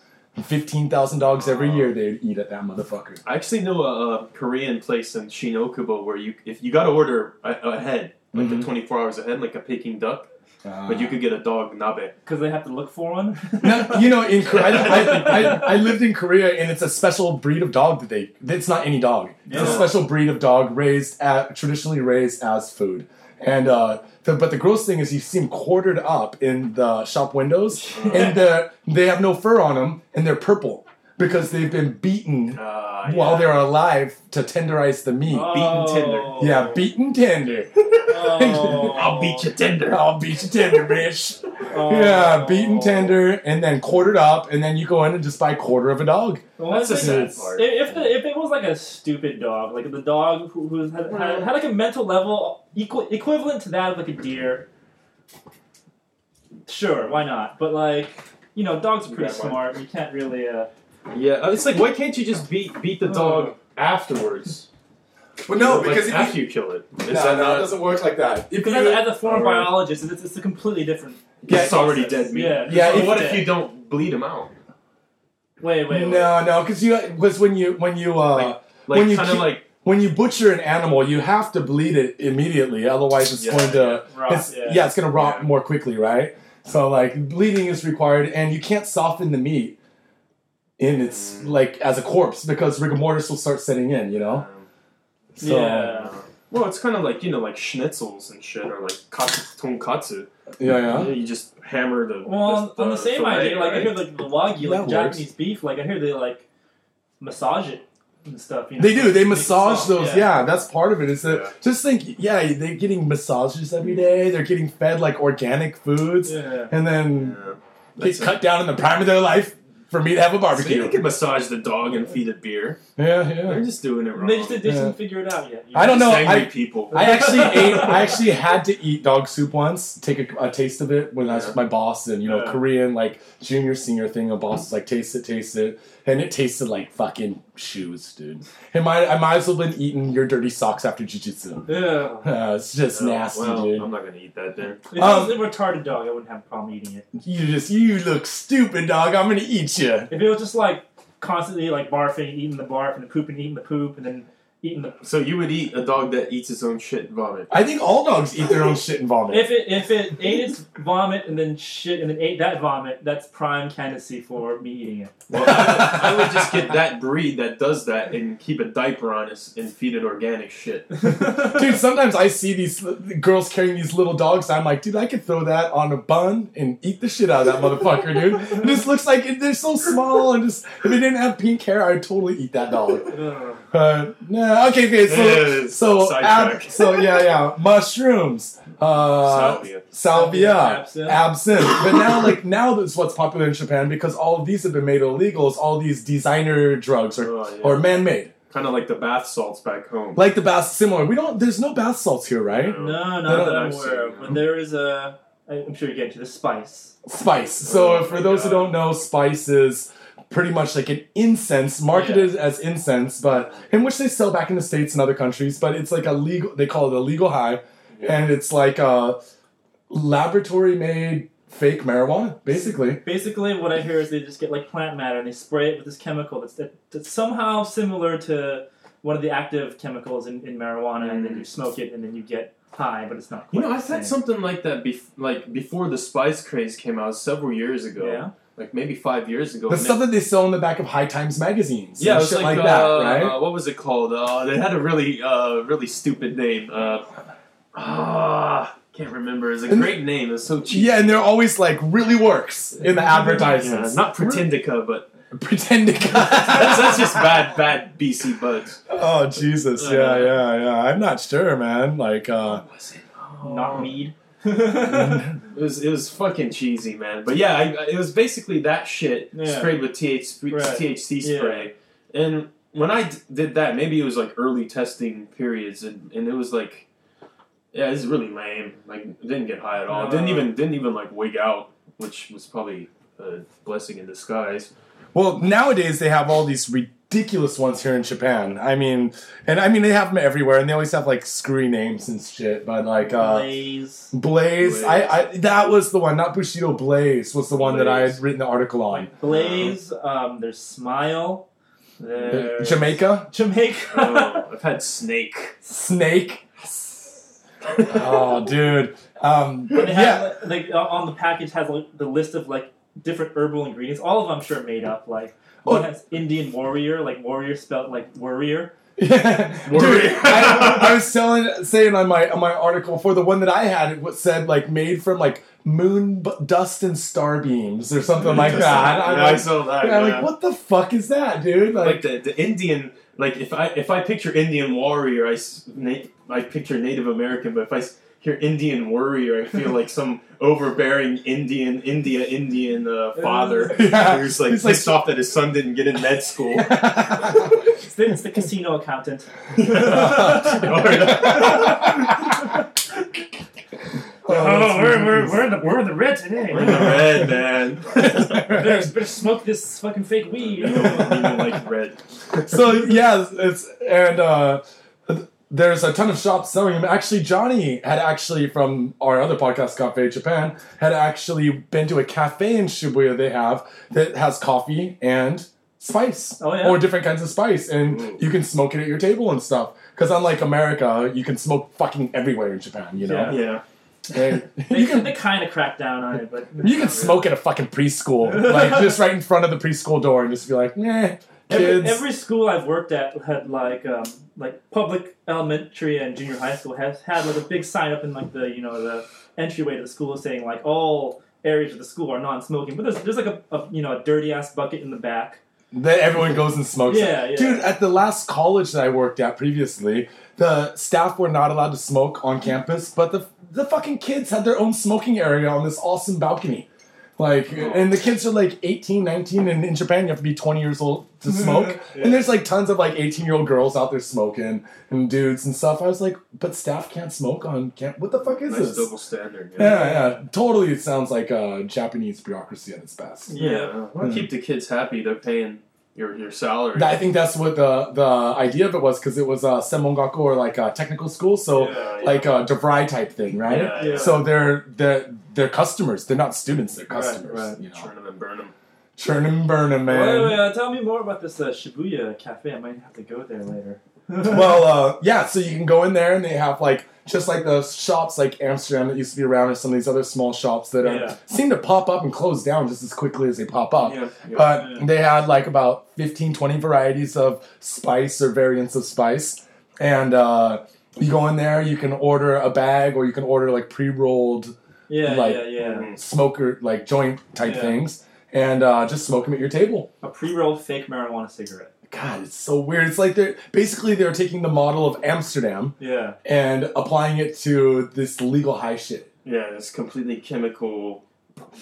Fifteen thousand dogs every
Wow.
year they'd eat at that motherfucker.
I actually know a, a Korean place in Shinokubo where you if you got to order a, a head, like
Mhm.
a 24 hours ahead, like a Peking duck,
Uh,
but you could get a dog nabe.
Because they have to look for one.
No, you know, in Korea, I, I, I, I lived in Korea, and it's a special breed of dog that they. It's not any dog. It's a
Yeah.
special breed of dog raised at, traditionally raised as food. And uh, the, but the gross thing is, you see them quartered up in the shop windows, and they're- they have no fur on them, and they're purple because they've been beaten
Uh,
while
yeah.
they're alive to tenderize the meat.
Oh.
tender.
Yeah, beaten tender.
Oh.
I'll beat you tender.
I'll beat you tender, bitch.
Oh.
Yeah, beaten tender and then quartered up, and then you go in and just buy a quarter of a dog.
Well,
That's the
if
sad
it-
part.
If, the, if it was like a stupid dog, like the dog who, who had, had, had like a mental level equal, equivalent to that of like a deer, sure, why not? But like, you know, dogs are pretty
That one.
smart. You can't really. Uh,
Yeah, it's like why can't you just beat beat the dog afterwards?
But no,
Like,
because if
after
you,
you kill it, is
no,
that
no, it
not?
doesn't work like that. If
because as,
you-
as a former
Alright.
biologist, it's, it's a completely different.
Yeah,
it's already dead meat.
Yeah.
Yeah,
So
if-
what if you don't bleed him out?
Wait, wait, wait.
no, no, because you because when you when you uh,
Like
When you
kind of
keep-
like
when you butcher an animal, you have to bleed it immediately, otherwise it's
Yeah,
going to
Rot,
it's,
yeah.
it's going to rot
Yeah.
more quickly, right? So like bleeding is required, and you can't soften the meat in its
Mm.
like as a corpse because rigor mortis will start setting in, you know.
um,
So,
Yeah.
uh, Well, it's kind of like you know, like schnitzels and shit, or like katsu, tonkatsu.
yeah, yeah.
You, know, you just hammer the. uh,
Well, on, on the same
fillet,
idea, like I
right?
hear like the wagyu, like
That works.
Japanese beef, like I hear they like massage it and stuff. You know?
They do. They
Make it
massage
soft,
those.
yeah.
Yeah. that's part of it. Is that
Yeah.
just think? Yeah, they're getting massages every day. They're getting fed like organic foods,
Yeah.
and then
Yeah.
get
That's it.
cut down in the prime of their life for me to have a
See,
barbecue.
they could massage the dog and feed it beer.
yeah, yeah.
They're just doing it wrong.
They just they just
Yeah.
didn't figure it out yet. you
I don't know.
Just angry
I-
people.
I actually ate. I actually had to eat dog soup once. Take a, a taste of it when I was
Yeah.
with my boss, and you know,
Yeah.
Korean like junior senior thing. A boss is like, taste it, taste it, and it tasted like fucking shoes, dude. It might. I might as well been eating your dirty socks after jujitsu.
Yeah.
Uh, it's just
Oh,
nasty,
well,
dude.
I'm not gonna eat that then.
If
Um,
it was a retarded dog, I wouldn't have a problem eating it.
You just you look stupid, dog. I'm gonna eat you.
If it was just like constantly like barfing, eating the barf, and the poop, and eating the poop, and then eating the
So you would eat a dog that eats its own shit and vomit.
I think all dogs eat their own shit and vomit.
if it if it ate its vomit and then shit and then ate that vomit, that's prime candidacy for me eating it.
Well, I, would, I would just get that breed that does that and keep a diaper on it and feed it organic shit.
Dude, sometimes I see these l- girls carrying these little dogs. And I'm like, dude, I could throw that on a bun and eat the shit out of that motherfucker, dude. It just looks like it- they're so small and just if they didn't have pink hair, I'd totally eat that dog.
Ugh.
Uh, no, okay, okay. So,
Yeah,
so, ab-
sidetrack.
so yeah, yeah. Mushrooms, uh,
Salvia.
salvia,
Absinthe.
absinthe. But now, like now, that's what's popular in Japan because all of these have been made illegal. Is all these designer drugs or
Oh, yeah.
or man-made,
kind of like the bath salts back home.
like the bath. Similar, we don't. There's no bath salts here, right?
No,
No,
not that
no,
I'm
I've
aware
seen
of. But
them.
there is a. I- I'm sure you get to the spice.
spice. So
Oh
for
my
those who
God.
don't know, spice is pretty much like an incense marketed as incense, but in which they sell back in the states and other countries. But it's like a legal. They call it a legal high,
Yeah.
and it's like a laboratory made fake marijuana, basically.
Basically, what I hear is they just get like plant matter and they spray it with this chemical that's, that, that's somehow similar to one of the active chemicals in, in marijuana, and then you smoke it and then you get high, but it's not.
You
Quite
know,
the
I've had
same.
something like that bef- like before the spice craze came out several years ago.
Yeah.
Like maybe five years ago.
The
And
stuff that they sell in the back of High Times magazines,
it- yeah, it
and
was
shit
like,
like,
uh,
that, right?
uh, what was it called? Uh, they had a really, uh, really stupid name. Uh, ah, can't remember. It's a
And-
great name. It's so cheap.
yeah, and they're always like really works in the
Yeah,
advertisements.
not Pretendica, but
pretending.
that's, that's just bad, bad BC buds.
Oh Jesus!
Uh-huh.
Yeah, yeah, yeah. I'm not sure, man. Like, uh,
What was it? Oh.
Not mead.
Oh
It was it was fucking cheesy, man. But yeah, I, I- it was basically that shit
Yeah.
sprayed with THC,
Right.
THC
Yeah.
spray. And when I d- did that, maybe it was like early testing periods, and, and it was like, yeah, it's really lame. Like, didn't get high at all.
No.
Didn't even didn't even like wig out, which was probably a blessing in disguise.
well, nowadays they have all these ridiculous ones here in Japan. I mean, and I mean they have them everywhere, and they always have like screwy names and shit. But like uh,
Blaze.
Blaze, I, I that was the one, not Bushido. Blaze was the one that I had
Blaze.
written the article on.
Blaze. Um, there's Smile. There's
Jamaica
Jamaica.
Oh, I've had snake.
Snake. Oh, dude. Um,
And they
yeah.
have, like, like, uh, on the package has like, the list of like different herbal ingredients. All of them, I'm sure, made up. Like one
Oh.
has Indian warrior, like warrior spelled like warrior.
Yeah. Dude, I, I was telling saying on my on my article for the one that I had it was said like made from like moon b- dust and star beams or something like that. I'm
Yeah, I
like,
saw that.
yeah, I'm like,
yeah.
what the fuck is that, dude? Like,
like the, the Indian like if I if I picture Indian warrior I s- na- I picture Native American but if I s- hear Indian warrior, I feel like some overbearing Indian, India, Indian uh, father
Yeah.
who's like
He's like-
pissed off that his son didn't get in med school.
It's the, it's the casino accountant.
Oh,
Oh, that's-
Oh,
Oh, we're, in the, we're in the red today.
We're in the red, man.
better, better smoke this fucking fake weed.
I don't even like red.
so yeah, it's and uh, there's a ton of shops selling them. Actually, Johnny had actually from our other podcast, Cafe Japan, had actually been to a cafe in Shibuya. They have that has coffee and spice,
Oh, yeah.
or different kinds of spice, and
Ooh.
you can smoke it at your table and stuff. Because unlike America, you can smoke fucking everywhere in Japan. You know,
Yeah.
And
They,
you can
they kind of crack down on it, but
you can smoke at a fucking preschool, like just right in front of the preschool door, and just be like, "Nah, kids."
Every, every school I've worked at had like um, like public elementary and junior high school has had like a big sign up in like the you know the entryway to the school saying like all areas of the school are non-smoking, but there's there's like a, a you know a dirty ass bucket in the back.
Then everyone goes and smokes.
Yeah, yeah.
Dude, at the last college that I worked at previously, the staff were not allowed to smoke on campus, but the the fucking kids had their own smoking area on this awesome balcony. Like, and the kids are like 18, 19, and in Japan you have to be 20 years old to smoke. And there's like tons of like 18 year old girls out there smoking and dudes and stuff. I was like, but staff can't smoke on camp. What the fuck is
Nice
this?
double standard.
yeah, yeah. Totally, it sounds like uh, Japanese bureaucracy at its best.
Yeah. Well, keep the kids happy. They're paying your, your salary.
I think that's what the the idea of it was because it was uh, semongaku or like uh, technical school, so
Yeah, yeah.
like a DeVry type thing, right?
Yeah, yeah.
So they're they're they're customers. They're not students. They're customers.
right.
You know,
Turn them and burn them.
churn and burn 'em, man.
Wait, wait, uh, tell me more about this uh, Shibuya cafe. I might have to go there later.
well, uh, yeah, so you can go in there and they have like just like the shops like Amsterdam that used to be around, or some of these other small shops that are,
Yeah.
seem to pop up and close down just as quickly as they pop up.
Yeah, yeah.
but
Yeah.
they had like about 15, 20 varieties of spice or variants of spice. And uh, you go in there, you can order a bag or you can order like pre rolled
Yeah,
Like-
yeah, yeah.
smoker, like joint type
Yeah.
things, and uh, just smoke them at your table.
A pre-rolled fake marijuana cigarette.
God, it's so weird. It's like they're basically they're taking the model of Amsterdam
Yeah,
and applying it to this legal high shit.
Yeah, it's completely chemical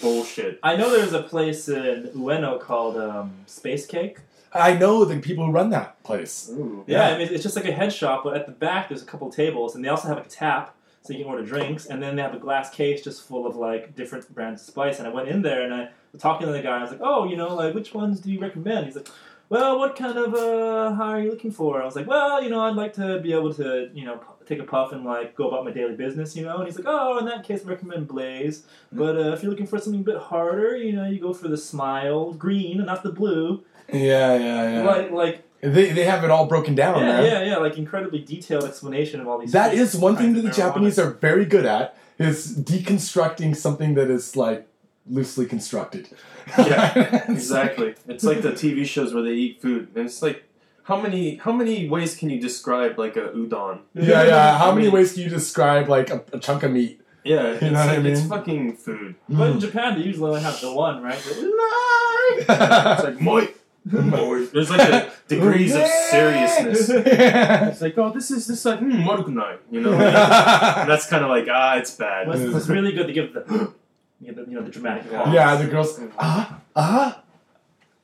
bullshit.
I know there's a place in Ueno called um, Space Cake.
I know the people who run that place.
Ooh.
Yeah,
Yeah.
I mean, it's just like a head shop, but at the back there's a couple tables, and they also have a tap, so you can order drinks, and then they have a glass case just full of like different brands of spice. And I went in there and I was talking to the guy, and I was like, "Oh, you know, like which ones do you recommend?" He's like, "Well, what kind of uh, how are you looking for?" I was like, "Well, you know, I'd like to be able to, you know, pu- take a puff and like go about my daily business, you know." And he's like, "Oh, in that case, I recommend Blaze, but uh, if you're looking for something a bit harder, you know, you go for the Smile Green, not the blue."
Yeah, yeah, yeah.
Like, like
they, they have it all broken down,
yeah,
Oh, man.
yeah, yeah, like incredibly detailed explanation of all these.
That
things.
is one thing that the
Marijuana.
Japanese are very good at is deconstructing something that is like loosely constructed.
Yeah, Exactly. It's like the TV shows where they eat food, and it's like, how many how many ways can you describe like a udon?
Yeah, yeah. How
I
many
mean-
ways can you describe like a, a chunk of meat?
Yeah, it's,
know what I
like, it's
mean?
fucking food.
But
Mm.
in Japan, they usually only have the one, right? The-
It's like moi. moi. There's like a degrees of seriousness. It's like, oh, this is this like mm, marukunai, you know. and that's kind of like ah, it's bad.
Unless it's really good to give the, you know, the, you know, the dramatic pause.
Yeah, the girls. Ah, ah,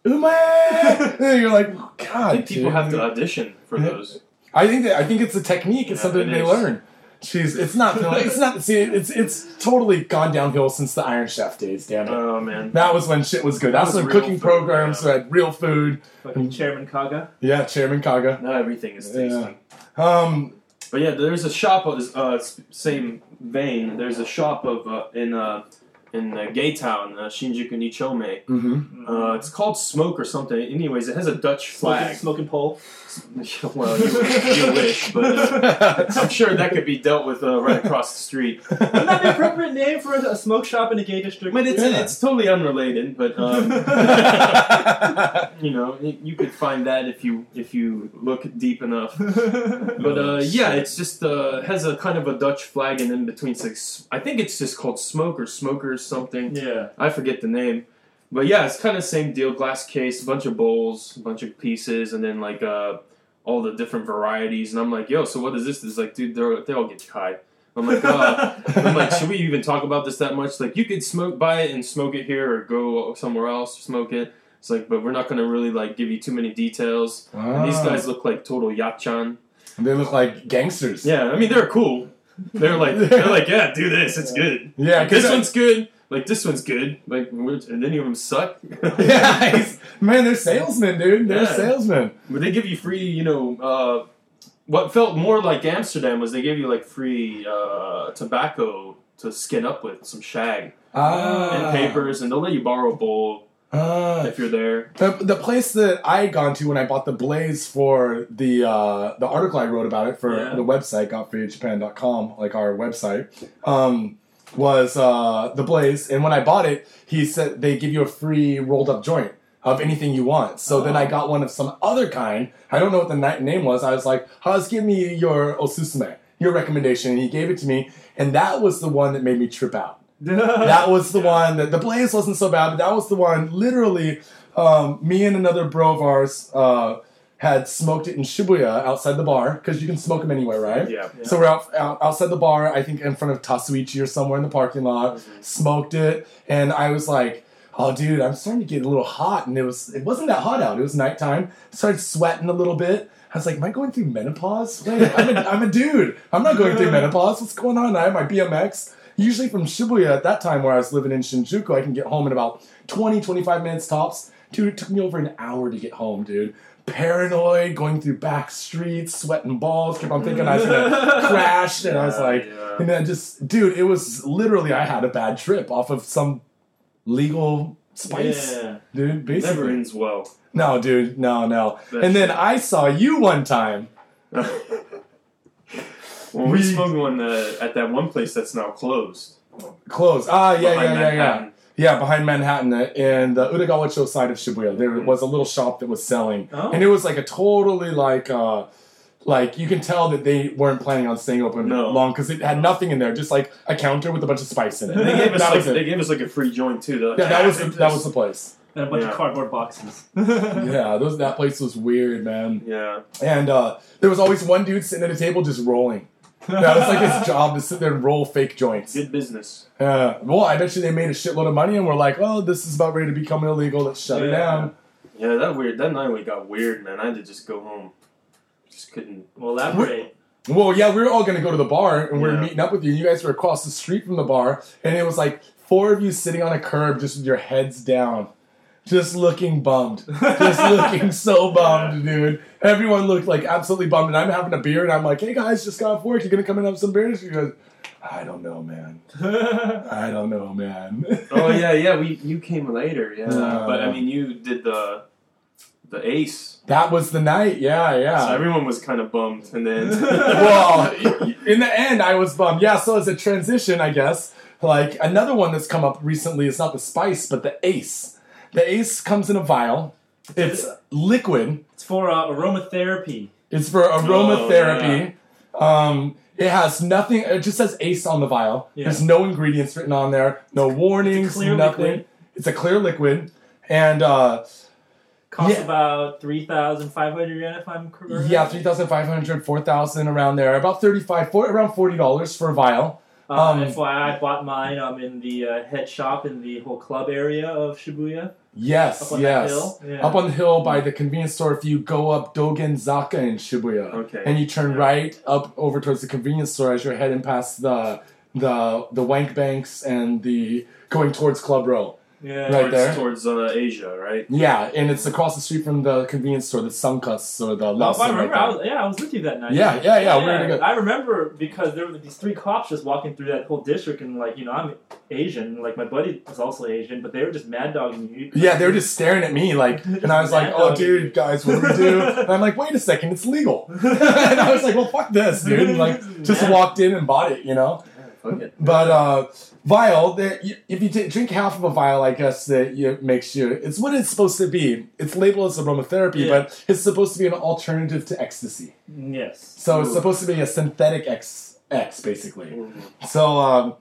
umai. And you're like, oh, God.
I think people
dude.
have to audition for
Yeah.
those.
I think that I think it's a technique. It's
Yeah,
something
it
they
is.
learn. Jeez, it's not. It's not. See, it's it's totally gone downhill since the Iron Chef days. Damn it.
Oh man.
That was when shit was good. That's
was
when
real
cooking
food,
programs
yeah.
had real food.
Fucking Chairman Kaga.
Yeah, Chairman Kaga.
Not everything is tasty.
Yeah. Um,
But yeah, there's a shop of uh, s- same vein. There's a shop of uh, in uh, in uh, Gay Town, uh, Shinjuku Nichome.
mhm.
Uh, it's called Smoke or something. Anyways, it has a Dutch
Mm. Smoking,
flag.
smoking pole.
well, you, you wish, but uh, I'm sure that could be dealt with uh, right across the street.
Wouldn't that be an appropriate name for a, a smoke shop in a gay district?
I mean, it's
Yeah.
it's totally unrelated, but um,
yeah,
you know, y- you could find that if you if you look deep enough.
But
But uh, yeah, it's just uh, has a kind of a Dutch flag, and in between, it's like, s- I think it's just called Smoke or Smoker or something.
yeah,
I forget the name, but yeah, it's kind of same deal. Glass case, a bunch of bowls, a bunch of pieces, and then like uh, all the different varieties. And I'm like, yo, so what is this? It's like, dude, they're, they all get high. I'm like, oh. I'm like, should we even talk about this that much? Like, you could smoke, buy it and smoke it here, or go somewhere else, smoke it. It's like, but we're not gonna really like give you too many details. And these
Ah.
guys look like total yachan.
They look like gangsters.
Yeah, I mean they're cool. They're like, they're like, yeah, do this, it's good.
Yeah,
Like, this
'cause I-
one's good. Like this one's good. Like, which- and any of them suck.
yeah, he's- man, they're salesmen, dude. They're
Yeah.
salesmen.
But they give you free, you know, uh, what felt more like Amsterdam was they gave you like free uh, tobacco to skin up with, some shag
Ah,
and papers, and they'll let you borrow a bowl
Ah.
if you're there.
the, the place that I had gone to when I bought the blaze for the uh, the article I wrote about it for
Yeah.
the website gotfreejapan.com, like our website, um, was uh, the blaze. And when I bought it, he said they give you a free rolled up joint of anything you want. So then I got one of some other kind. I don't know what the ni- name was. I was like, Haz, give me your osusume, your recommendation. And he gave it to me. And that was the one that made me trip out that was the one that the blaze wasn't so bad, but that was the one literally um, me and another bro of ours uh, had smoked it in Shibuya outside the bar because you can smoke them anywhere, right?
Yeah.
So we're out, out outside the bar, I think in front of Tatsuichi or somewhere in the parking lot, smoked it, and I was like, "Oh, dude, I'm starting to get a little hot," and it was it wasn't that hot out. It was nighttime. started sweating a little bit. I was like, "Am I going through menopause? Wait, I'm a, I'm a dude. I'm not going through menopause. What's going on?" I had my BMX. Usually from Shibuya at that time where I was living in Shinjuku, I can get home in about 20, 25 minutes tops. Dude, it took me over an hour to get home, dude. Paranoid, going through back streets, sweating balls, kept on thinking I was gonna crash, and I was
Yeah,
like,
yeah.
and then just, dude, it was literally I had a bad trip off of some legal spice,
Yeah.
dude.
It never
Basically,
ends well.
no, dude, no, no.
That's-
and then I saw you one time.
Well, we
We-
smoked one uh, at that one place that's now closed.
Close. Ah, yeah,
Behind
yeah, yeah, yeah.
Manhattan.
Yeah, behind Manhattan uh, in the Utagawacho side of Shibuya, there
Hmm.
was a little shop that was selling,
Oh.
and it was like a totally like, uh, like you can tell that they weren't planning on staying open
No.
long because it had nothing in there, just like a counter with a bunch of spice in it.
They gave us
That
like
was it.
they gave us like a free joint too. They're like,
yeah, that
"Ah,
was the,
take
that
this."
was the place.
And a bunch
Yeah.
of cardboard boxes.
Yeah, those, that place was weird, man.
yeah.
And uh, there was always one dude sitting at a table just rolling. That was like his job to sit there and roll fake joints.
Good business.
Uh, well, I bet you they made a shitload of money and were like, "Well, this is about ready to become illegal. Let's shut it
Yeah.
down."
Yeah, that weird. That night we got weird, man. I had to just go home. Just couldn't.
Well, elaborate.
Well, yeah, we were all gonna go to the bar and we were
Yeah.
meeting up with you. You guys were across the street from the bar, and it was like four of you sitting on a curb, just with your heads down, just looking bummed, just looking so bummed, dude. Everyone looked like absolutely bummed, and I'm having a beer, and I'm like, "Hey guys, just got off work. You gonna come and have some beers?" You guys, I don't know, man. I don't know, man.
Oh yeah, yeah. We you came later, yeah.
Yeah.
But I mean, you did the the ace.
that was the night. Yeah, yeah.
So everyone was kind of bummed, and then
well, in the end, I was bummed. Yeah, so as a transition, I guess, like another one that's come up recently is not the spice, but the ace. The ace comes in a vial. It's liquid.
It's for uh, aromatherapy.
It's for aromatherapy.
yeah.
Oh,
Um, it has nothing. It just says ace on the vial.
Yeah.
There's no ingredients written on there. No warnings.
clear
nothing.
liquid.
It's a clear liquid, and uh,
Costs
Yeah.
about 3,500 yen if I'm correct.
yeah, 3,500, 4,000 around there. About 35, four, around forty dollars for a vial.
Uh,
um,
FYI, I bought mine um, in the uh, head shop in the whole club area of Shibuya.
Yes,
Up on that
yes.
hill? Yeah.
Up on the hill by the convenience store. If you go up Dogenzaka in Shibuya,
Okay.
and you turn
Yeah.
right up over towards the convenience store as you're heading past the the the wank banks and the going towards Club Row.
Yeah.
Right
towards,
there.
towards uh, Asia, right?
Yeah, and it's across the street from the convenience store, the Sunkus or the
Oh,
Lawson.
I remember.
right
I
there.
was, yeah, I was with you that night.
Yeah, yeah, yeah, we were together.
I remember because there were these three cops just walking through that whole district, and like you know, I'm Asian. Like my buddy was also Asian, but they were just mad dogging you.
yeah, they were just staring at me like, and I was like,
Mad
"Oh,
dog.
dude, guys, what do we do?" And I'm like, "Wait a second, it's legal." and I was like, "Well, fuck this, dude!" And like, just
Yeah.
walked in and bought it, you know.
Fuck it.
But uh, vial, that y- if you t- drink half of a vial, I guess that you, it makes you. It's what it's supposed to be. It's labeled as aromatherapy,
Yeah.
but it's supposed to be an alternative to ecstasy.
Yes.
So it's
Ooh.
supposed to be a synthetic X, X basically.
Mhm.
So um,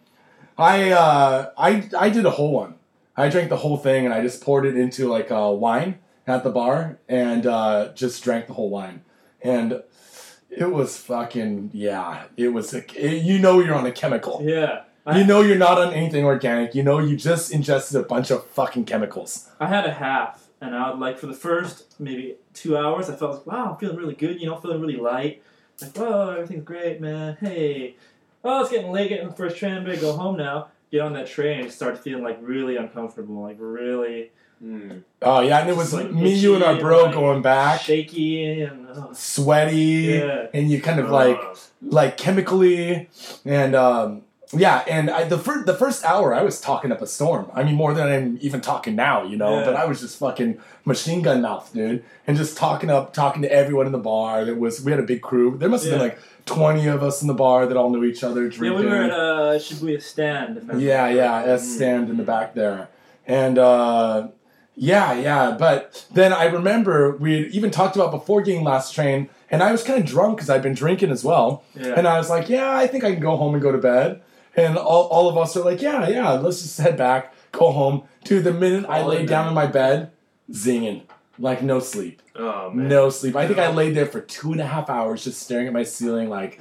I uh, I I did a whole one. I drank the whole thing and I just poured it into like uh, wine at the bar and uh, just drank the whole wine. And It was fucking yeah. It was a, it- you know you're on a chemical.
Yeah. I,
You know you're not on anything organic. You know you just ingested a bunch of fucking chemicals.
I had a half, and I would like for the first maybe two hours, I felt like, wow, I'm feeling really good, you know, feeling really light. Like, whoa, everything's great, man. Hey, oh, it's getting late, getting the first train, I'm gonna go home now. Get on that train and start feeling like really uncomfortable, like really
Mm.
Oh yeah, and it was
Just like
me, you, and our
itchy,
bro
like-
going back,
shaky and oh,
sweaty,
Yeah.
and you kind of like
Uh,
like chemically, and um, yeah, and I, the first the first hour I was talking up a storm. I mean, more than I'm even talking now, you know.
Yeah.
But I was just fucking machine gun mouth, dude, and just talking up, talking to everyone in the bar. That was we had a big crew. There must have
Yeah.
been like twenty of us in the bar that all knew each other,
Yeah,
drinking.
we were at uh, Shibuya Stand. If I remember
Yeah, yeah,
correctly.
Mm-hmm.
S stand in the back there. And uh yeah, yeah, but then I remember we had even talked about before getting last train and I was kind of drunk cuz I'd been drinking as well.
Yeah.
And I was like, yeah, I think I can go home and go to bed. And all, all of us are like, yeah, yeah, let's just head back, go home. Dude, the minute I
All
lay
in
down
there.
in my bed, zinging, like no sleep.
oh man.
No sleep. I think I laid there for two and a half hours just staring at my ceiling like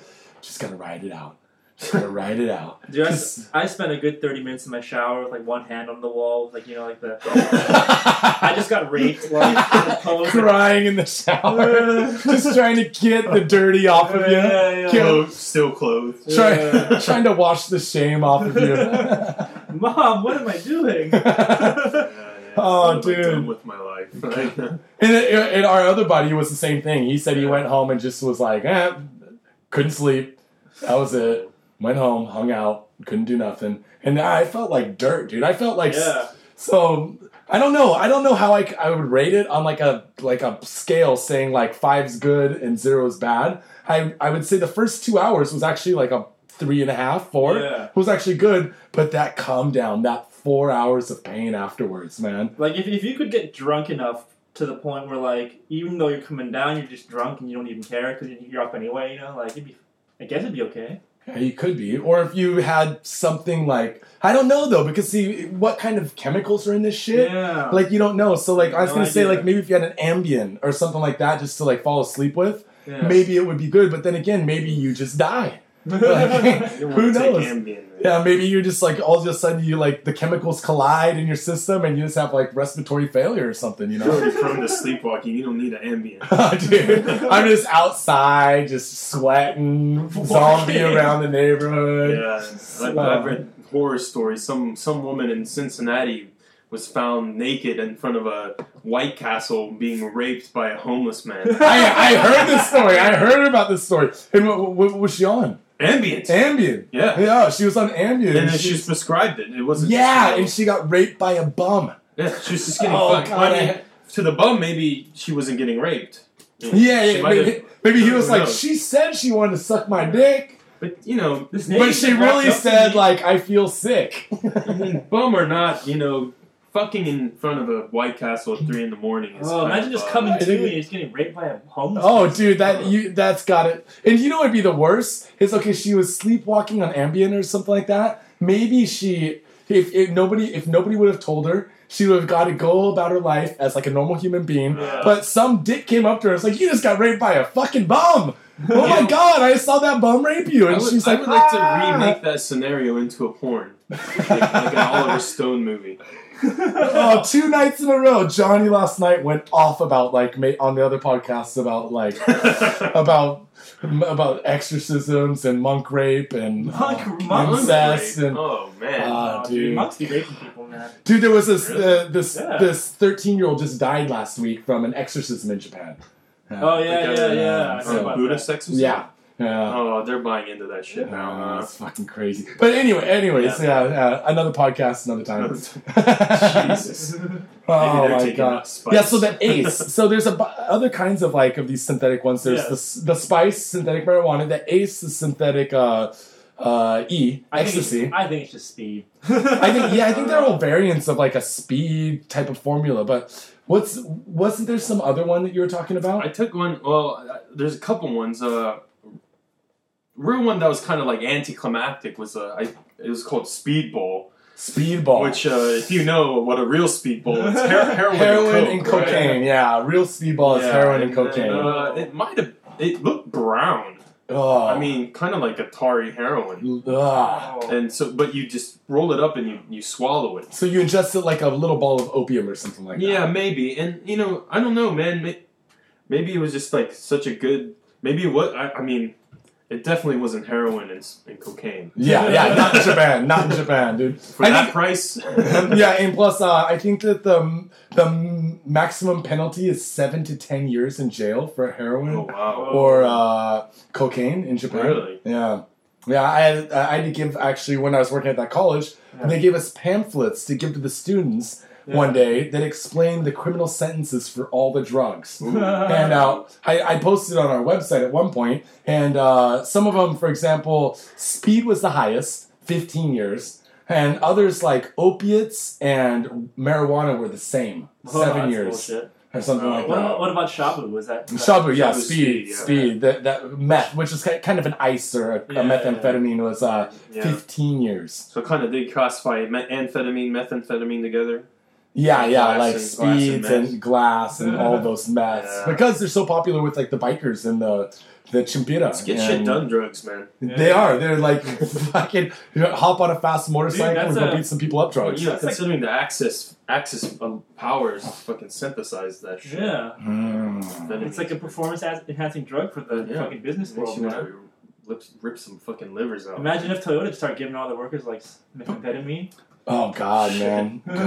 just gotta ride it out. Just gotta ride it out.
Dude, I,
Just-
s- I spent a good 30 minutes in my shower with like one hand on the wall, with, like, you know, like the. I just got raped. Like, the pillows, like,
crying in the shower, just trying to get the dirty off of you,
Yeah, yeah, Oh, yeah.
Get-
Clothes, still clothed.
try, trying to wash the shame off of you.
Mom, what am I doing?
Yeah, yeah.
Oh,
What am I
dude.
done with my life.
and, uh, and our other buddy was the same thing. He said he went home and just was like, eh, couldn't sleep. That was it. Went home, hung out, couldn't do nothing, and I felt like dirt, dude. I felt like
Yeah.
so. I don't know. I don't know how I, c- I would rate it on like a like a scale saying like five's good and zero is bad. I I would say the first two hours was actually like a three and a half, four.
Yeah.
was actually good, but that calm down, that four hours of pain afterwards, man.
Like, if, if you could get drunk enough to the point where, like, even though you're coming down, you're just drunk and you don't even care because you're up anyway, you know? Like, it'd be. I guess it'd be okay.
Yeah, you could be, or if you had something like I don't know though, because see what kind of chemicals are in this shit.
Yeah.
Like you don't know. So like I was
No
gonna say
idea.
like maybe if you had an Ambien or something like that just to like fall asleep with,
Yeah.
maybe it would be good. But then again, maybe you just die. Like,
You don't
who
wanna take
knows?
Ambien, man.
Yeah, maybe you're just like all of a sudden you like the chemicals collide in your system and you just have like respiratory failure or something. You
You're
know,
already prone to sleepwalking. You don't need an Ambien.
Oh, dude, I'm just outside, just sweating, zombie around the neighborhood.
Yeah, I've, I've read horror stories. Some some woman in Cincinnati was found naked in front of a White Castle being raped by a homeless man.
I, I heard this story. I heard about this story. And what, what was she on?
Ambient.
Ambien.
Yeah.
Yeah, she was on Ambien.
and then she's prescribed it. It wasn't.
yeah, and she got raped by a bum.
yeah, she was just getting
Oh,
fucked.
God,
I mean,
I-
to the bum, maybe she wasn't getting raped.
Yeah,
She
yeah
might have-
maybe, maybe he was
Who
like,
knows?
she said she wanted to suck my dick,
But you know,
This
but
nigga
she
walked
really
up to
said
me-
like, I feel sick.
bum or not, you know, fucking in front of a White Castle at three in the morning. Is
Oh,
kind
imagine
of,
just
uh,
coming to
think-
you and just getting raped by a homeless.
Oh, dude, that you that's got it. And you know what'd be the worst is okay. She was sleepwalking on Ambien or something like that. Maybe she, if, if nobody, if nobody would have told her, she would have got to go about her life as like a normal human being.
Yeah.
But some dick came up to her. and was like, "You just got raped by a fucking bum." Oh my
Yeah.
god! I saw that bum rape you,
I
and
would,
she's
I
like,
would like
"Ah!"
to remake that scenario into a porn, like, like an Oliver Stone movie.
Oh, two nights in a row, Johnny last night went off about like ma- on the other podcasts about like about about exorcisms and monk rape and
Monk-
uh,
monk
incest and
oh man,
Ah,
Oh,
dude.
dude, monks be raping people, man.
dude. There was this uh,
Really?
this
Yeah.
this thirteen year old just died last week from an exorcism in Japan.
Oh yeah,
Like, uh,
yeah, yeah. I
uh,
heard about
Buddha
that.
sex.
yeah, yeah.
Oh, they're buying into that shit now.
Uh,
huh?
it's fucking crazy. But anyway, anyways, yeah,
Yeah.
uh, another podcast, another time.
Jesus.
Oh
Maybe they're
my
taking
god!
up spice.
Yeah, so the ace. so there's a bu- other kinds of like of these synthetic ones. There's
Yes.
the the spice synthetic marijuana. The ace is synthetic uh, uh, e
I think,
ecstasy.
it's, I think it's just speed.
I think yeah, I think they're all variants of like a speed type of formula. But what's wasn't there some other one that you were talking
I
about?
took one. Well, uh, there's a couple ones. Uh, real one that was kind of like anticlimactic was uh, I, it was called Speedball,
Speedball,
which uh, if you know what a real Speedball is, her- heroin,
heroin and
coke, right?
cocaine. Yeah, real speedball is heroin and
then,
cocaine.
uh, it might have. it looked brown.
Oh,
I mean, kind of like Atari heroin.
Ugh.
Oh.
And so, but you just roll it up and you, you swallow it.
So you ingest it like a little ball of opium or something like
Yeah,
that.
maybe. And you know, I don't know, man. May- Maybe it was just like such a good. Maybe what I, I mean, it definitely wasn't heroin and, s- and cocaine
Yeah, yeah, not in Japan, not in Japan, dude.
for
I
that
think-
price.
yeah, and plus, uh, I think that the the maximum penalty is seven to ten years in jail for heroin
Oh wow.
or uh, cocaine in Japan.
Really?
Yeah, yeah. I I had to give actually when I was working at that college,
Yeah.
they gave us pamphlets to give to the students
Yeah.
one day that explained the criminal sentences for all the drugs. and uh, I, I posted on our website at one point, and uh, some of them, for example, speed was the highest, 15 years, and others like opiates and marijuana were the same,
Oh,
seven
that's
years
bullshit.
or something
Oh,
like
What,
that.
about- what about Shabu? Was that was that-
Shabu, yeah,
Shabu
speed,
speed, yeah.
speed. That, that meth, which is ki- kind of an ice or a,
Yeah,
a methamphetamine, was uh,
Yeah.
15 years.
So kind of did classify me- amphetamine, methamphetamine together.
Yeah, yeah,
Glass
like
and- glass and
speeds
meth.
and glass and all those mats
Yeah.
because they're so popular with like the bikers and the the chimpira.
Let's get
and
shit done, drugs, man.
They
Yeah.
are. They're like fucking you know, hop on a fast motorcycle
that's
and go
a-
beat some people up.
Well,
Drugs.
Oh, you know,
That's like-
considering the axis axis um, powers fucking synthesized that shit.
Yeah,
Mm.
Then
it's like a performance as- enhancing drug for the
Yeah.
fucking business
Makes
world.
you want
Man.
to rip, rip some fucking livers out.
Imagine if Toyota started giving all the workers like methamphetamine.
Oh God, man. God.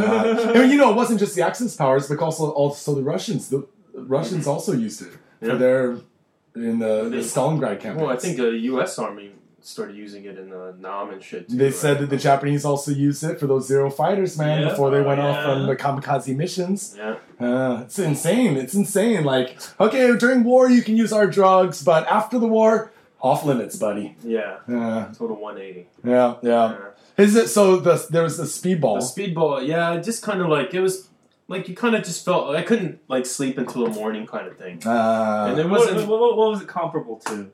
I mean, you know, it wasn't just the Axis powers, but also also the Russians. The Russians also used it
Yeah.
for their in the, the
They-
Stalingrad campaign.
Well, I think the U.S. Army started using it in uh, Nam and shit. Too,
They
right?
said that the Japanese also used it for those zero fighters, man,
Yeah.
before they went
Oh,
off
yeah.
on the kamikaze missions.
Yeah,
Uh, it's insane. It's insane. Like, okay, during war you can use our drugs, but after the war, off limits, buddy.
yeah,
Yeah,
total 180.
yeah, yeah.
Yeah.
Is it so? The there was the
The
speedball.
speedball, yeah, just kind of like it was, like you kind of just felt I couldn't like sleep until the morning kind of thing. and
uh,
it
What,
wasn't,
what- what- what was it comparable to?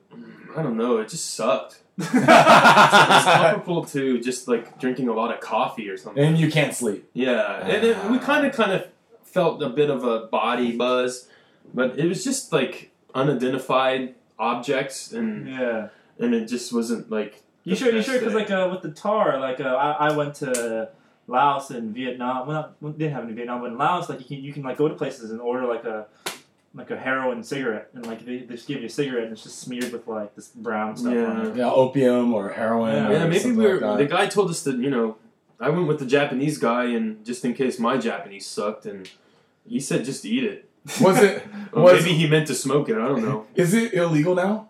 I don't know, it just sucked. it was
and,
comparable to just like drinking a lot of coffee or something.
you can't sleep.
Yeah, and it, we kind of kind of felt a bit of a body buzz, but it was just like unidentified objects, and
Yeah.
and it just wasn't like.
You
the
sure? You
best
sure? Because
thing.
like uh, with the tar, like uh, I, I went to Laos and Vietnam. Well, not, well, didn't have it in Vietnam, but in Laos, like you can you can like go to places and order like a like a heroin cigarette, and like they, they just give you a cigarette, and it's just smeared with like this brown stuff. on it.
Yeah, opium or heroin.
Yeah,
or
yeah, maybe
something
we were.
like
the
that.
guy told us that you know, I went with the Japanese guy, and just in case my Japanese sucked, and he said just eat it.
Was it?
Or
Was-
maybe he meant to smoke it. I don't know.
Is it illegal now?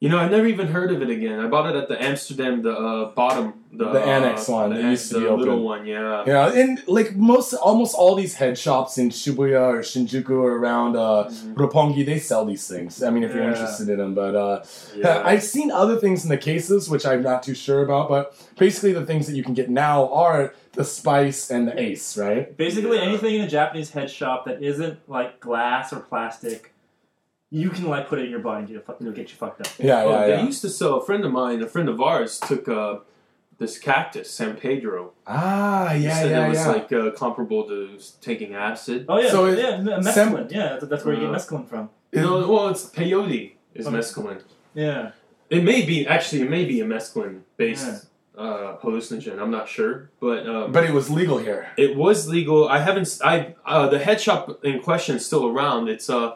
You know, I've never even heard of it again. I bought it at the Amsterdam, the uh, bottom, the,
The annex
uh,
one.
the
It
an-
used to
the
be
little
open.
one. Yeah,
Yeah, and like most, almost all these head shops in Shibuya or Shinjuku or around uh,
Mhm.
Roppongi, they sell these things. I mean, if you're
Yeah.
interested in them, but uh,
Yeah.
I've seen other things in the cases which I'm not too sure about. But basically, the things that you can get now are the spice and the ace, right?
Basically,
Yeah.
anything in a Japanese head shop that isn't like glass or plastic, you can like put it in your body and get it fuck, it'll get you fucked up.
Yeah,
Oh,
yeah,
they
yeah.
used to sell. A friend of mine, a friend of ours, took uh, this cactus, San Pedro.
ah,
He
yeah,
said
yeah,
it was
yeah.
like uh, comparable to s- taking acid.
Oh yeah,
So it-
yeah, me- mescaline.
sem-
yeah, that's, that's where you get
Uh,
mescaline from.
No, well, it's peyote is
Oh.
Okay.
mescaline.
Yeah,
It may be actually it may be a mescaline based uh, hallucinogen. I'm not sure, but um,
but it was legal here.
it was legal. I haven't. s- I uh, the head shop in question is still around. It's uh.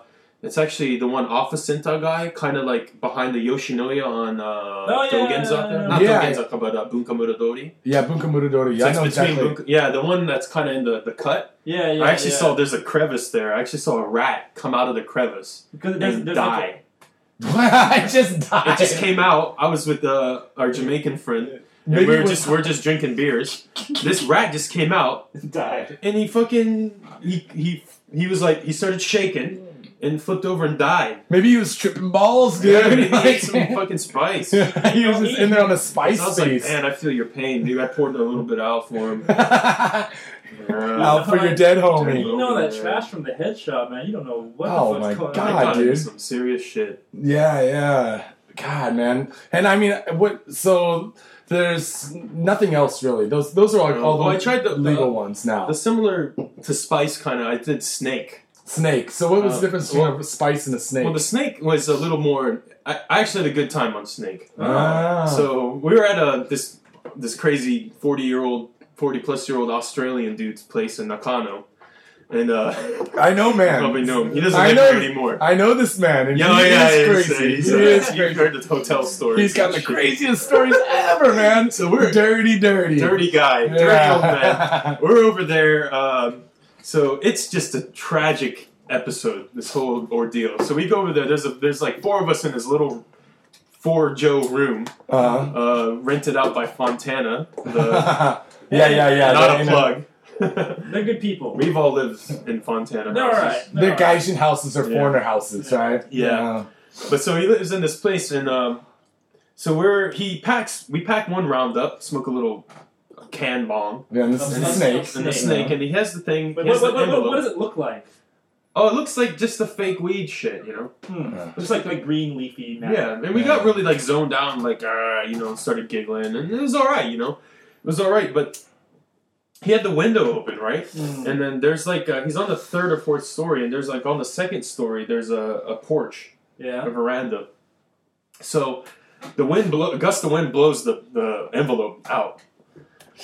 It's actually the one off of Sinta guy, kind of like behind the Yoshinoya on uh,
Oh, yeah, yeah,
Dogenzaka.
yeah,
Not
yeah.
Dogenzaka, but uh, Bunkamurodori.
Yeah, Bunkamurodori. Yeah, I know
So it's between
exactly.
Bunka- yeah, the one that's kind of in the, the cut.
yeah, yeah.
I actually
yeah.
saw there's a crevice there. I actually saw a rat come out of the crevice
because
and
there's, there's like, a-
die.
I just died.
it just came out. I was with uh, our Jamaican friend. And
Maybe
we
it
were
was-
just we are just drinking beers. This rat just came out
died.
and he fucking he he he was like he started shaking and flipped over and died.
Maybe he was tripping balls, dude.
Yeah, he ate
Like-
some fucking spice. I
he was just in there on a spice
was like,
face.
man, I feel your pain, dude. I poured a little bit out for him. uh, Yeah.
Out for your dead homie.
You know that
Yeah.
trash from the head shop, man. You don't know what
Oh
the
my
fuck's going
God,
I got into
dude.
some serious shit.
Yeah, yeah. God, man. And I mean, what? So there's nothing else really. Those those are all,
No.
all the
Well, I tried the-
legal
the-
ones now.
The similar to spice kind of, I did snake.
Snake. So what was
Uh,
the difference between
well-
a spice and a snake?
Well, the snake was a little more. I, I actually had a good time on snake. uh,
Ah.
So we were at a this this crazy forty year old, forty plus year old Australian dude's place in Nakano, and uh,
I know,
you
man.
probably know him. He doesn't
I
live
know-
there anymore.
I know this man, and
yeah,
he
yeah,
is
he's-
crazy.
he's,
he
uh,
is
You've
crazy.
heard the hotel stories.
He's got the
Shit.
craziest stories ever, man.
So we're-
dirty, dirty,
dirty guy, dirty old man. We're over there. Um, so it's just a tragic episode, this whole ordeal. So we go over there. There's a, there's like four of us in this little four Joe room,
Uh,
uh, rented out by Fontana. The,
yeah, yeah, yeah. you
not a
know.
plug.
They're good people.
We've all lived in Fontana.
They're all
houses.
right.
The Gaijin houses are
Yeah.
foreigner houses, right?
Yeah. But so he lives in this place, and um, so we're he packs. We pack one round up, smoke a little can bomb,
Yeah, and this is
And
the
this-
snake.
and the
Snake.
snake, and he has the thing.
But
he has
what, what,
the
what, what,
envelope.
what does it look like?
Oh, it looks like just the fake weed shit, you know?
Hmm.
Yeah.
Just like like green leafy
Yeah,
matter.
and we got really like zoned out and like, uh, you know, and started giggling, and it was all right, you know, it was all right, but he had the window open, right?
Mm.
And then there's like uh, he's on the third or fourth story, and there's like on the second story there's a, a porch,
Yeah.
a veranda. So the wind blow, a gust of wind blows the, the envelope out,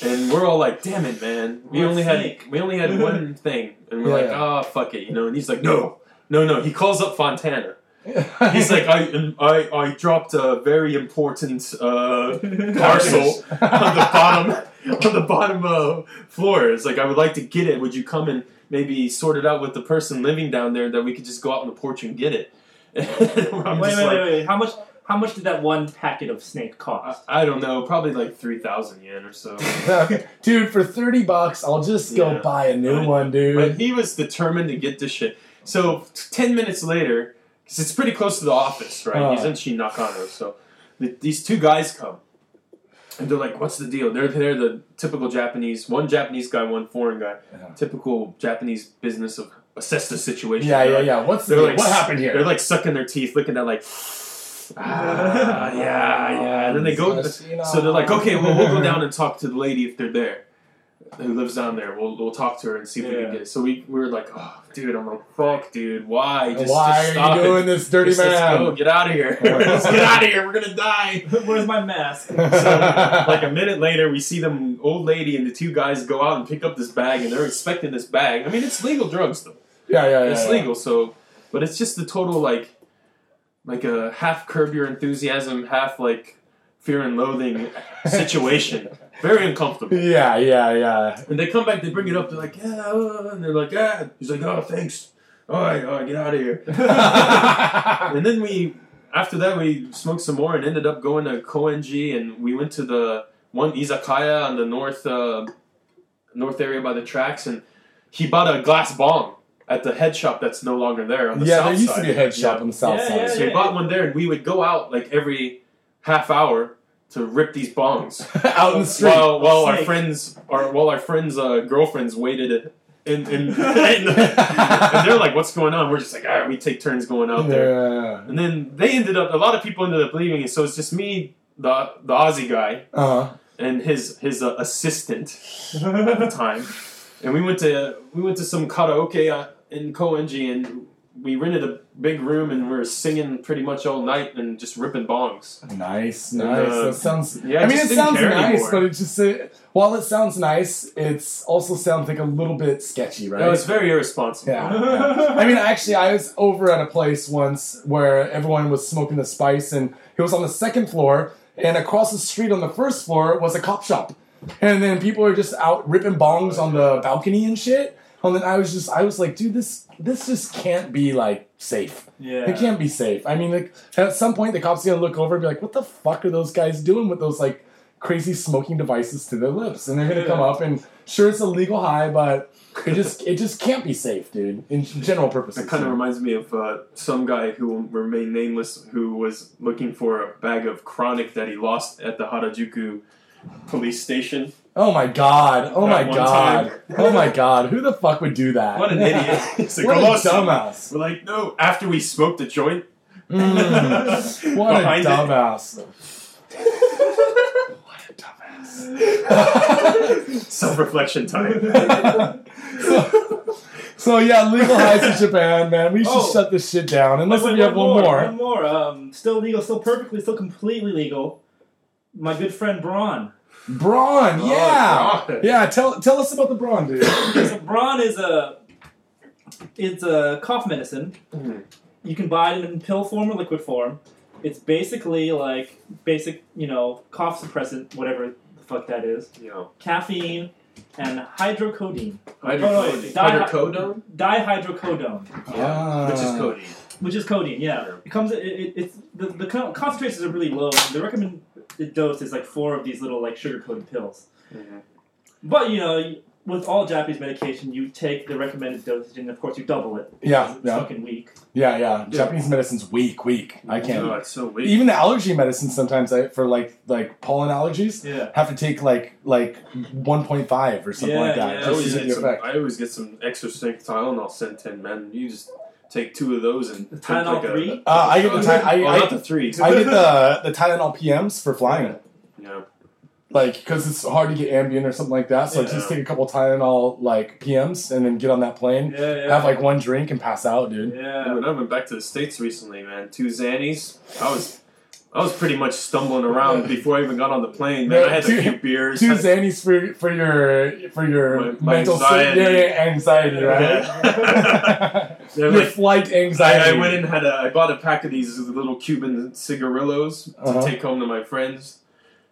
and we're all like, "Damn it, man! We
We're
only
snake.
had we only had one thing," and we're like,
Yeah.
"Ah, fuck it," you know. And he's like, "No, no, no." He calls up Fontana. He's like, I, I, I dropped a very important uh, parcel on the bottom on the bottom uh, floor. It's like I would like to get it. Would you come and maybe sort it out with the person living down there that we could just go out on the porch and get it? And I'm
wait,
just
wait,
like,
wait, wait. How much? How much did that one packet of snake cost?
I, I don't know, probably like three thousand yen or so.
dude, for thirty bucks, I'll just go
Yeah.
buy a new
But-
one, dude.
But he was determined to get this shit. So ten minutes later, because it's pretty close to the office, right? He's
Uh.
in Shinakano, so the, these two guys come, and they're like, "What's the deal?" They're they're the typical Japanese, one Japanese guy, one foreign guy,
Yeah.
typical Japanese business of assess the situation.
yeah,
They're
yeah,
like-
yeah. What's the,
They're like,
what happened here?
They're like sucking their teeth, looking at like. Ah, yeah, yeah. And then they go. So they're like, okay, well, we'll go down and talk to the lady if they're there, who lives down there. We'll, we'll talk to her and see if we
Yeah.
can get it. So we, we were like, oh, dude, I'm like, fuck, dude, why? Just,
Why
just
are
stop
you
it.
doing this, dirty
Just let's go.
man?
Get out of here. let's get out of here. We're gonna die.
Where's my mask?
So, like a minute later, we see them old lady and the two guys go out and pick up this bag, and they're expecting this bag. I mean, it's legal drugs though.
yeah, yeah, yeah.
It's
yeah.
legal, so but it's just the total like like a half curb your enthusiasm, half like fear and loathing situation. Very uncomfortable.
Yeah, yeah, yeah.
And they come back, they bring it up, they're like, yeah, uh," and they're like, yeah. He's like, oh, thanks. All right, all right, get out of here. and then we, after that, we smoked some more and ended up going to Koenji, and we went to the one izakaya on the north uh, north area by the tracks, and he bought a glass bomb at the head shop that's no longer there on the
yeah,
south
there used
side.
to be a head shop on the south
Yeah,
side.
Yeah. So he bought one there, and we would go out like every half hour to rip these bongs
Out in the street.
while while our
Snake.
friends our while our friends uh, girlfriends waited in in, in the- and they're like what's going on we're just like all right we take turns going out there
yeah.
and then they ended up a lot of people ended up leaving and so it's just me the the Aussie guy
Uh-huh.
and his his uh, assistant at the time and we went to we went to some karaoke uh, in Koenji and we rented a big room and we were singing pretty much all night and just ripping bongs
Nice, nice.
And, uh,
that sounds.
yeah,
I mean,
just
it
didn't
sounds
care
nice,
anymore.
but it just uh, while it sounds nice, it's also sounds like a little bit sketchy, right?
it was very irresponsible
Yeah, yeah. I mean, actually, I was over at a place once where everyone was smoking the spice, and it was on the second floor, and across the street on the first floor was a cop shop, and then people were just out ripping bongs on the balcony and shit. And then I was just, I was like, dude, this this just can't be like safe.
Yeah.
It can't be safe. I mean, like at some point, the cops gonna look over and be like, "What the fuck are those guys doing with those like crazy smoking devices to their lips?" And they're gonna
Yeah.
come up and sure, it's a legal high, but it just it just can't be safe, dude. In general purposes,
That kind of reminds me of uh, some guy who will remain nameless who was looking for a bag of chronic that he lost at the Harajuku police station.
oh my god! Oh
That
my
one
god!
time.
oh my god! Who the fuck would do that?
What an idiot! It's like,
what
"I
a
lost it."
dumbass!
We're like, no. After we smoked a joint,
Mm, what a
Behind it.
dumbass! what a dumbass!
Self reflection time. Oh,
so, so yeah, legal highs in Japan, man. We should
Oh.
shut this shit down unless
Wait,
we have one more.
One more. Um, still legal. Still perfectly. Still completely legal. My good friend Braun.
Braun,
Oh,
yeah,
God.
yeah. Tell tell us about the Braun, dude.
so Braun is a it's a cough medicine.
Mhm.
You can buy it in pill form or liquid form. It's basically like basic, you know, cough suppressant, whatever the fuck that is.
You know,
Caffeine and hydrocodone. Oh, no,
hydrocodone.
wait, di-
Hydrocodone?
Dihydrocodone,
Yeah, which is
Ah.
codeine.
which is codeine, yeah. It comes it, it, it's the, the con- concentrations are really low. The recommended dose is like four of these little like sugar-coated pills. But you know, with all Japanese medication, you take the recommended dosage and of course you double it.
Yeah,
It's
yeah,
fucking weak.
yeah, yeah. Japanese medicine's weak, weak. I
Oh,
can't.
it's so weak.
Even the allergy medicine sometimes I, for like like pollen allergies
Yeah.
have to take like like 1.5 or something
Yeah,
like that
yeah.
I
just to
always,
see
get
the
Oh, some,
effect.
I always get some extra strength Tylenol send 10 men. You just take two of those and. take
Tylenol
like a-
three?
Uh, I get the Ty- I-
well,
I-
Oh, not the three.
I get the the Tylenol PMs for flying.
Yeah.
like because it's hard to get Ambien or something like that. So like,
Yeah.
just take a couple Tylenol like PMs and then get on that plane,
Yeah, yeah.
have like one drink and pass out, dude.
Yeah,
yeah.
when I went back to the states recently, man, two Xannies, I was, I was pretty much stumbling around before I even got on the plane. Man, I had
Two-
a few beers.
Two
had-
Xannies for for your for your
My- my
mental
anxiety.
state- yeah, yeah, anxiety, right?
Yeah. They're
your
like-
flight
I,
anxiety.
I went and had a, I bought a pack of these little Cuban cigarillos
Uh-huh.
to take home to my friends.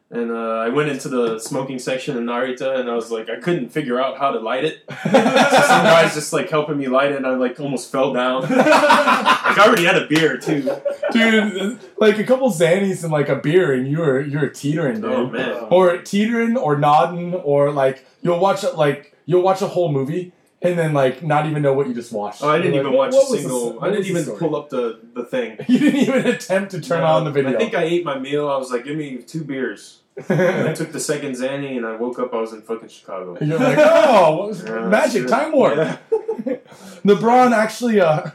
And uh, I went into the smoking section in Narita, and I was like, I couldn't figure out how to light it. So some guy's just like helping me light it, and I like almost fell down. like I already had a beer too.
dude, like a couple Xannies and like a beer, and you're you're teetering, dude.
Oh man.
or teetering or nodding or like you'll watch like you'll watch a whole movie and then like not even know what you just watched.
Oh, I didn't
You're
even
like,
watch a
"What was the
single.
s-
I
what
didn't
was the
even
story?"
pull up the the thing.
You didn't even attempt to turn on the video.
I think I ate my meal. I was like, give me two beers. And I took the second Xanny, and I woke up. I was in fucking Chicago.
You're like, oh, what was-
Yeah,
magic
shit.
time warp.
Yeah.
LeBron actually, uh,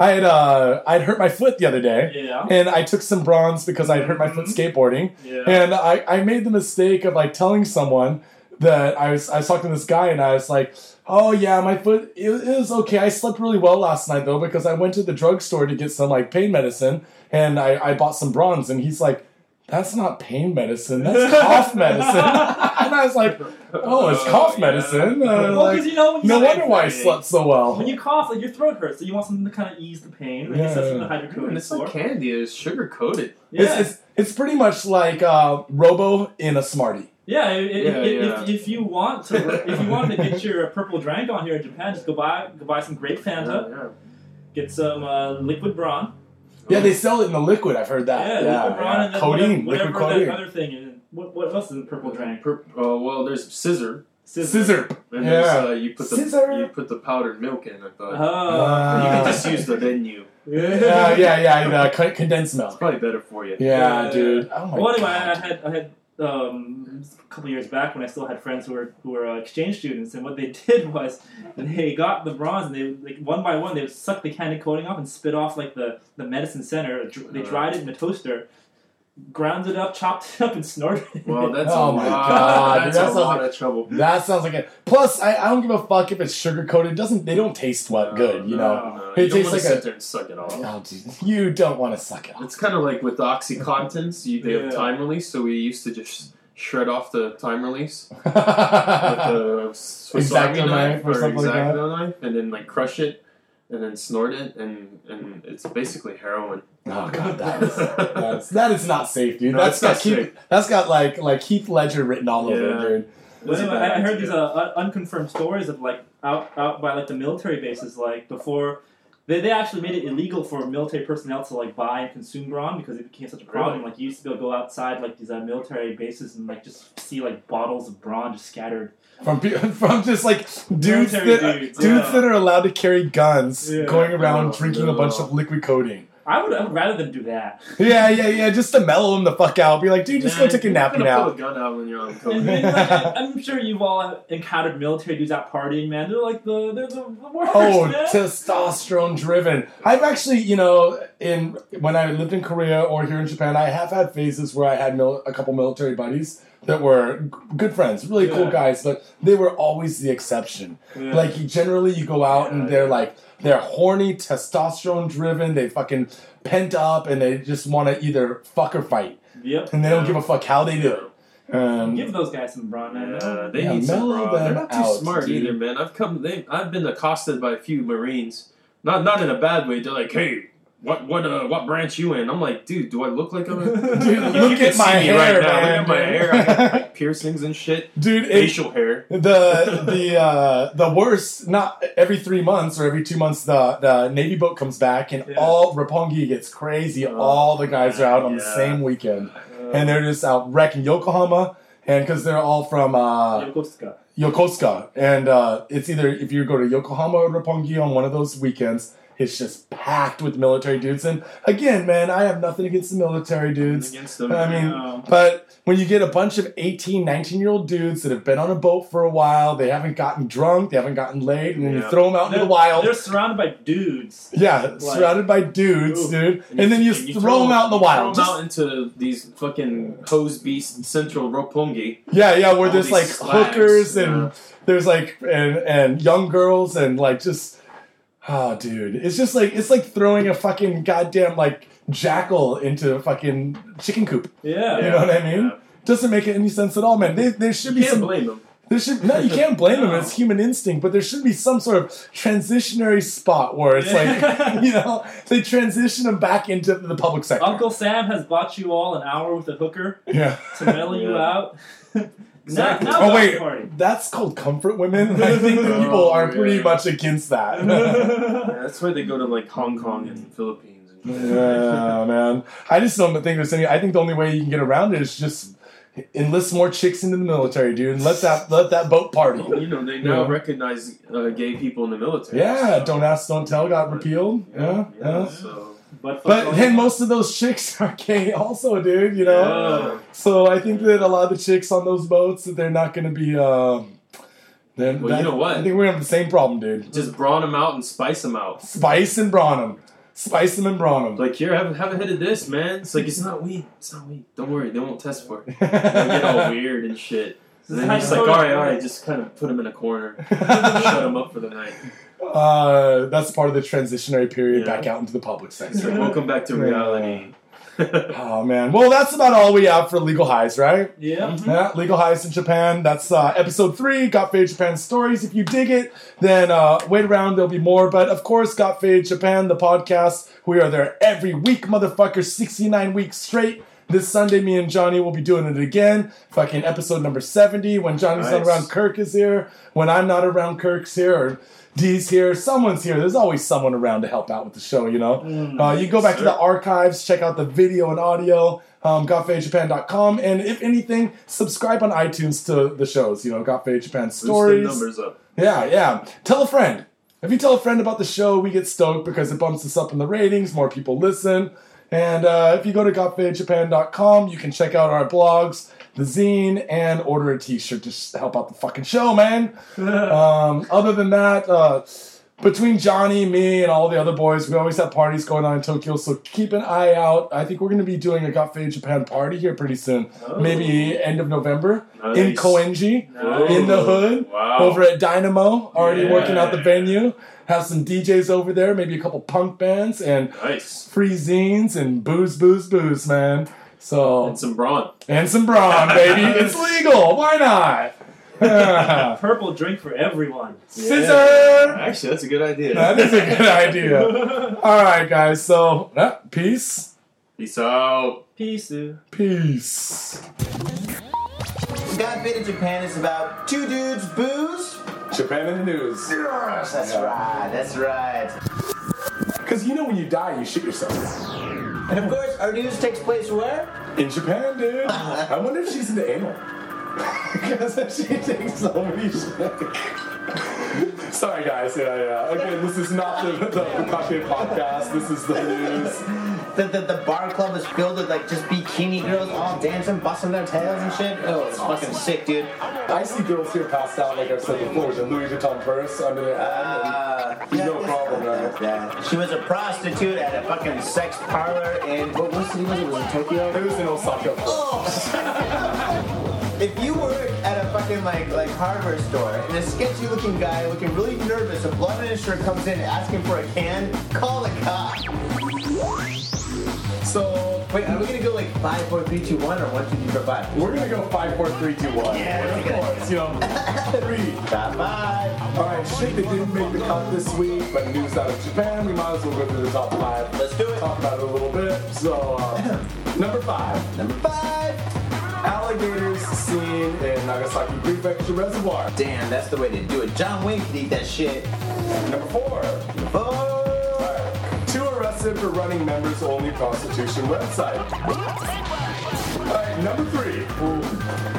I had uh, I'd hurt my foot the other day,
Yeah.
and I took some bronze because I would hurt my foot skateboarding,
Yeah.
and I, I made the mistake of like telling someone that I was I was talking to this guy and I was like, oh yeah, my foot it, it was okay. I slept really well last night though because I went to the drugstore to get some like pain medicine and I, I bought some bronze and he's like. That's not pain medicine. That's cough medicine. and I was like, "Oh, it's cough
yeah.
medicine." Uh,
Well,
like,
because you know, when you
no
like,
wonder why I slept so well.
when you cough, like your throat hurts, so you want something to kind of ease the pain. Like
Yeah, yeah,
yeah, from the
Dude,
hydrocodone
it's
for.
like candy. It's sugar coated.
yeah,
It's, it's, it's pretty much like uh, Robo in a Smartie.
yeah. i- i-
Yeah,
i- if,
yeah.
If, you want to, if you want to get your purple drank on here in Japan, just go buy go buy some grape Fanta, get some uh, liquid brawn.
Yeah, they sell it in the liquid. I've heard that.
Yeah, liquid brawn and then
codeine,
whatever,
liquid
whatever
codeine,
that other thing is. What, what else is in purple drank?
Per- uh, well, there's scissor.
scissor.
And
Yeah.
there's, uh, you put the
Scissor.
you put the powdered milk in. I thought
Oh.
you
Ah.
can just use the venue.
yeah, yeah, yeah, and, uh, con- condensed
It's
milk.
probably better for you.
Yeah,
Yeah.
dude. Oh my
well, anyway, I
God.
had I had um, a couple years back when I still had friends who were who were uh, exchange students, and what they did was they got the bronze, and they would, like one by one they would suck the candy coating off and spit off like the the medicine center. Dr-
Uh-huh.
They dried it in the toaster, ground it up, chopped it up, and snorted it.
Well, that's
Oh
a
my
lot.
God, dude,
That's,
that sounds
a lot
like-
of trouble.
That sounds like it. Plus, I, I don't give a fuck if it's sugar coated. It doesn't they don't taste what good, you know?
No, no,
It
you don't
tastes like
want to sit
a-
there and suck it off.
Oh, dude, you don't want to suck it off.
It's kind of like with the OxyContins, you, they
Yeah.
have time release, so we used to just shred off the time release with
yeah,
the Swiss
Exacto
Army knife
knife or something like that.
Exacto knife, and then like crush it, and then snort it, and and it's basically heroin.
Oh, God, that is- that's, that is not safe, dude.
No,
that's
it's not
got Keith,
safe.
that's got like like Heath Ledger written all over it,
Yeah.
dude.
Well,
That's a
anyway,
bad
I, I heard
idea.
these uh, un- unconfirmed stories of like out out by like the military bases, like before they, they actually made it illegal for military personnel to like buy and consume brawn because it became such a problem.
Really?
Like you used to be able to go outside like these uh, military bases and like just see like bottles of brawn just scattered.
From pe- from just like dudes
Military
that
dudes, yeah.
that are allowed to carry guns,
Yeah.
going around
Oh,
drinking a
no.
bunch of liquid coating.
I would, I would rather than do that.
Yeah, yeah, yeah. Just to mellow him the fuck out. Be like, dude, just
Nah,
go take a
you're
nappy
gonna
now.
Pull a gun out when you're on
And,
coke.
then, like, I- I'm sure you've all encountered military dudes out partying, man. They're like the they're the, the worst.
Oh,
man.
testosterone driven. I've actually, you know, in when I lived in Korea or here in Japan, I have had phases where I had mil- a couple military buddies that were g- good friends, really cool
Yeah.
guys, but they were always the exception.
Yeah.
Like you- generally, you go out and
Yeah,
they're
yeah.
like they're horny, testosterone driven, they fucking pent up, and they just want to either fuck or fight,
Yep.
and they don't give a fuck how they do. it. Um,
Give those guys some brawn. I know.
Yeah, uh, they
Yeah,
need some
mellow
broad. They're
them
not too
out,
smart
dude.
either, man. I've come. They, I've been accosted by a few Marines. Not not in a bad way. They're like, hey. What what uh what branch you in? I'm like, dude, do I look like I'm? A...
Dude,
You- you
look
can
at
see
my
me
hair,
right now.
man.
Look at my hair. I got like, piercings and shit.
dude, it,
Facial hair.
the the uh, the worst not every three months or every two months the the navy boat comes back and
Yeah.
all Roppongi gets crazy
Oh,
all the guys are out on the
yeah.
same weekend
Uh,
and they're just out wrecking yokohama and because they're all from uh,
Yokosuka.
yokosuka and uh, it's either if you go to yokohama or Roppongi on one of those weekends it's just packed with military dudes and again man i have nothing against the military dudes
Against them.
I mean,
No.
but when you get a bunch of 18, 19 year old dudes that have been on a boat for a while, they haven't gotten drunk, they haven't gotten laid, and then you
Yeah.
throw them out in the
They're-
wild.
They're surrounded by dudes.
yeah, surrounded by dudes,
Ooh.
dude. And, then you, throw them out in the
you
wild.
Throw them
Just-
out into these fucking hose beast central Roppongi.
yeah, yeah, where
all
there's
these
like
slags,
hookers and
yeah.
there's like and and young girls and like just oh, dude, it's just like it's like throwing a fucking goddamn like jackal into a fucking chicken coop.
Yeah.
You know what I mean?
Yeah.
Doesn't make any sense at all, man. There, there should be
You can't
some
blame them.
There should no, you can't blame them.
No.
It's human instinct, but there should be some sort of transitionary spot where it's like you know they transition them back into the public sector.
Uncle Sam has bought you all an hour with a hooker
yeah.
to mellow you
Yeah.
out.
Exactly.
Now- now
Oh
that's
wait,
a party.
that's called comfort women. I think that people
Oh,
are
yeah.
pretty much against that.
Yeah, that's why they go to like Hong Kong and Philippines. And
yeah, man. I just don't think there's any. I think the only way you can get around it is just enlist more chicks into the military, dude, and let that let that boat party.
You know, they now
Yeah.
recognize uh, gay people in the military.
Yeah,
so-
don't ask, don't tell got repealed. Yeah, yeah.
So,
But,
But then most of those chicks are gay, also, dude. You know.
Yeah.
So I think that a lot of the chicks on those boats that they're not going to be. Um, they're-
Well, you know what?
I think we're gonna have the same problem, dude.
just brawn them out and spice them out.
Spice and brawn 'em. spice them and brawn 'em.
Like here, have, have a hit of this, man. It's like it's not weed. It's not weed. Don't worry, they won't test for it. They get all weird and shit. And then you're just like, all right, all right, just kind of put them in a corner, shut them up for the night.
uh, that's part of the transitionary period
Yeah.
back out into the public
It's like,
sector.
welcome back to reality.
oh man. Well, that's about all we have for legal highs, right?
Yeah.
Mm-hmm. Yeah, legal highs in Japan. That's uh, episode three. Got Fade Japan stories. If you dig it, then uh, wait around. There'll be more. But of course, Got Fade Japan, the podcast. We are there every week, motherfucker. Sixty nine weeks straight. This Sunday, me and Johnny will be doing it again. Fucking episode number seventy. When Johnny's not
Nice.
around, Kirk is here. When I'm not around, Kirk's here. Or Dee's here. Someone's here. There's always someone around to help out with the show. You know. Uh, you can go back to
Sure.
the archives, check out the video and audio, um, gotfadejapan.com, and if anything, subscribe on iTunes to the shows. You know, Got Fade Japan
Stories.
stories.
numbers up.
Yeah, yeah. Tell a friend. If you tell a friend about the show, we get stoked because it bumps us up in the ratings. More people listen. And uh, if you go to gotfadejapan.com, you can check out our blogs, the zine, and order a T-shirt to s- help out the fucking show, man. Um, other than that, uh, between Johnny, me, and all the other boys, we always have parties going on in Tokyo. So keep an eye out. I think we're going to be doing a Got Fade Japan party here pretty soon.
Oh.
Maybe end of November in
Nice.
Koenji,
Whoa.
in the hood,
Wow.
over at Dynamo. Already
Yeah.
working out the venue. Have some DJs over there, maybe a couple punk bands, and
Nice.
free zines and booze, booze, booze, man. So
And some brawn.
and some brawn, baby. It's legal. Why not?
A purple drink for everyone.
Scissor.
Actually, that's a good idea.
That is a good idea. All right, guys. So, uh, peace.
Peace out.
Peace. dude.
Peace.
Got Bit in Japan is about two dudes, booze.
Japan in the news.
Yes, that's right, that's right.
Because you know when you die, you shit yourself.
And of course, our news takes place where?
In Japan, dude. I wonder if she's into anal. Because she takes so many shit. Sorry, guys. Yeah, yeah. Again, this is not the, the, the cockpit podcast. This is the news.
the, the, the bar club is filled with like just bikini girls all dancing, busting their tails and shit. Oh, it's fucking sick, dude.
I see girls here passed out, like I've said before, with a Louis Vuitton purse under their arm. and-
Uh,
No problem, brother.
Yeah. She was a prostitute at a fucking sex parlor in what what city was it? Was it Tokyo?
It was in Osaka.
If you were at a fucking like like hardware store and a sketchy looking guy looking really nervous, a blood in his shirt comes in asking for a can, call the cop. So wait, are we gonna go like five, four, three, two, one, or one, two, three, four, five?
We're gonna go five, four, three, two, one.
Yeah,
of
that's good.
course. You know, three.
Stop by.
All right, shit that didn't make the cut this week, but news out of Japan. We might as well go through the top five.
Let's do it.
Talk about it a little bit. So, uh, number five.
Number five.
Alligators seen in Nagasaki Prefecture Reservoir.
Damn, that's the way to do it. John Wayne could eat that shit.
Number four.
Four.
Two arrested for running members only prostitution website. All right, number three.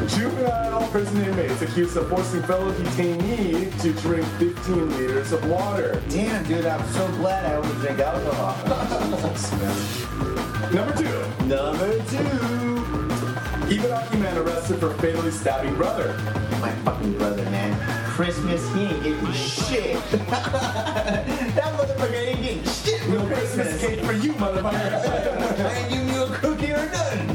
Juvenile prison inmates accused of forcing fellow detainee to drink 15 liters of water.
Damn, dude, I'm so glad I only drink alcohol.
Number two.
Number two.
Ibaraki man arrested for fatally stabbing brother.
My fucking brother, man. Christmas, he ain't getting shit. that motherfucker ain't getting shit
No
no
Christmas
Christmas.
cake for you, motherfucker.
I ain't giving you a cookie or none.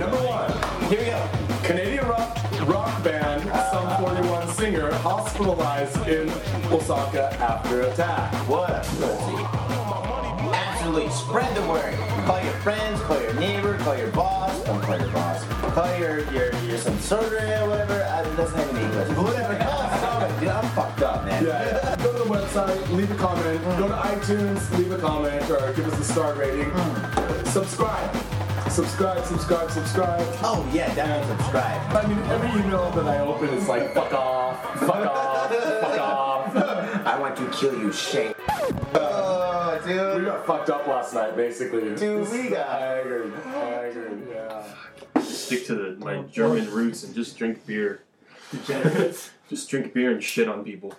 Number one,
Here we go.
Canadian rock rock band Sum 41 singer hospitalized in Osaka after attack.
What a pussy. Absolutely. Spread the word. Call your friends, call your neighbor, call your boss. Don't call your boss. Call your your, your subservient or whatever. I, it doesn't have any English. Whatever. Call us. Call it. Dude, I'm fucked up, man.
Yeah, go to the website, leave a comment, go to iTunes, leave a comment, or give us a star rating. Subscribe, subscribe, subscribe, subscribe.
Oh, yeah, definitely subscribe.
I mean, every email that I open is like, fuck off, fuck off, fuck off.
I want to kill you, Shane. Oh,
Uh, We
dude.
got fucked up last night, basically.
Dude, we got.
Haggard, haggard, yeah.
Stick to the, my German roots and just drink beer.
Degenerates.
Just drink beer and shit on people.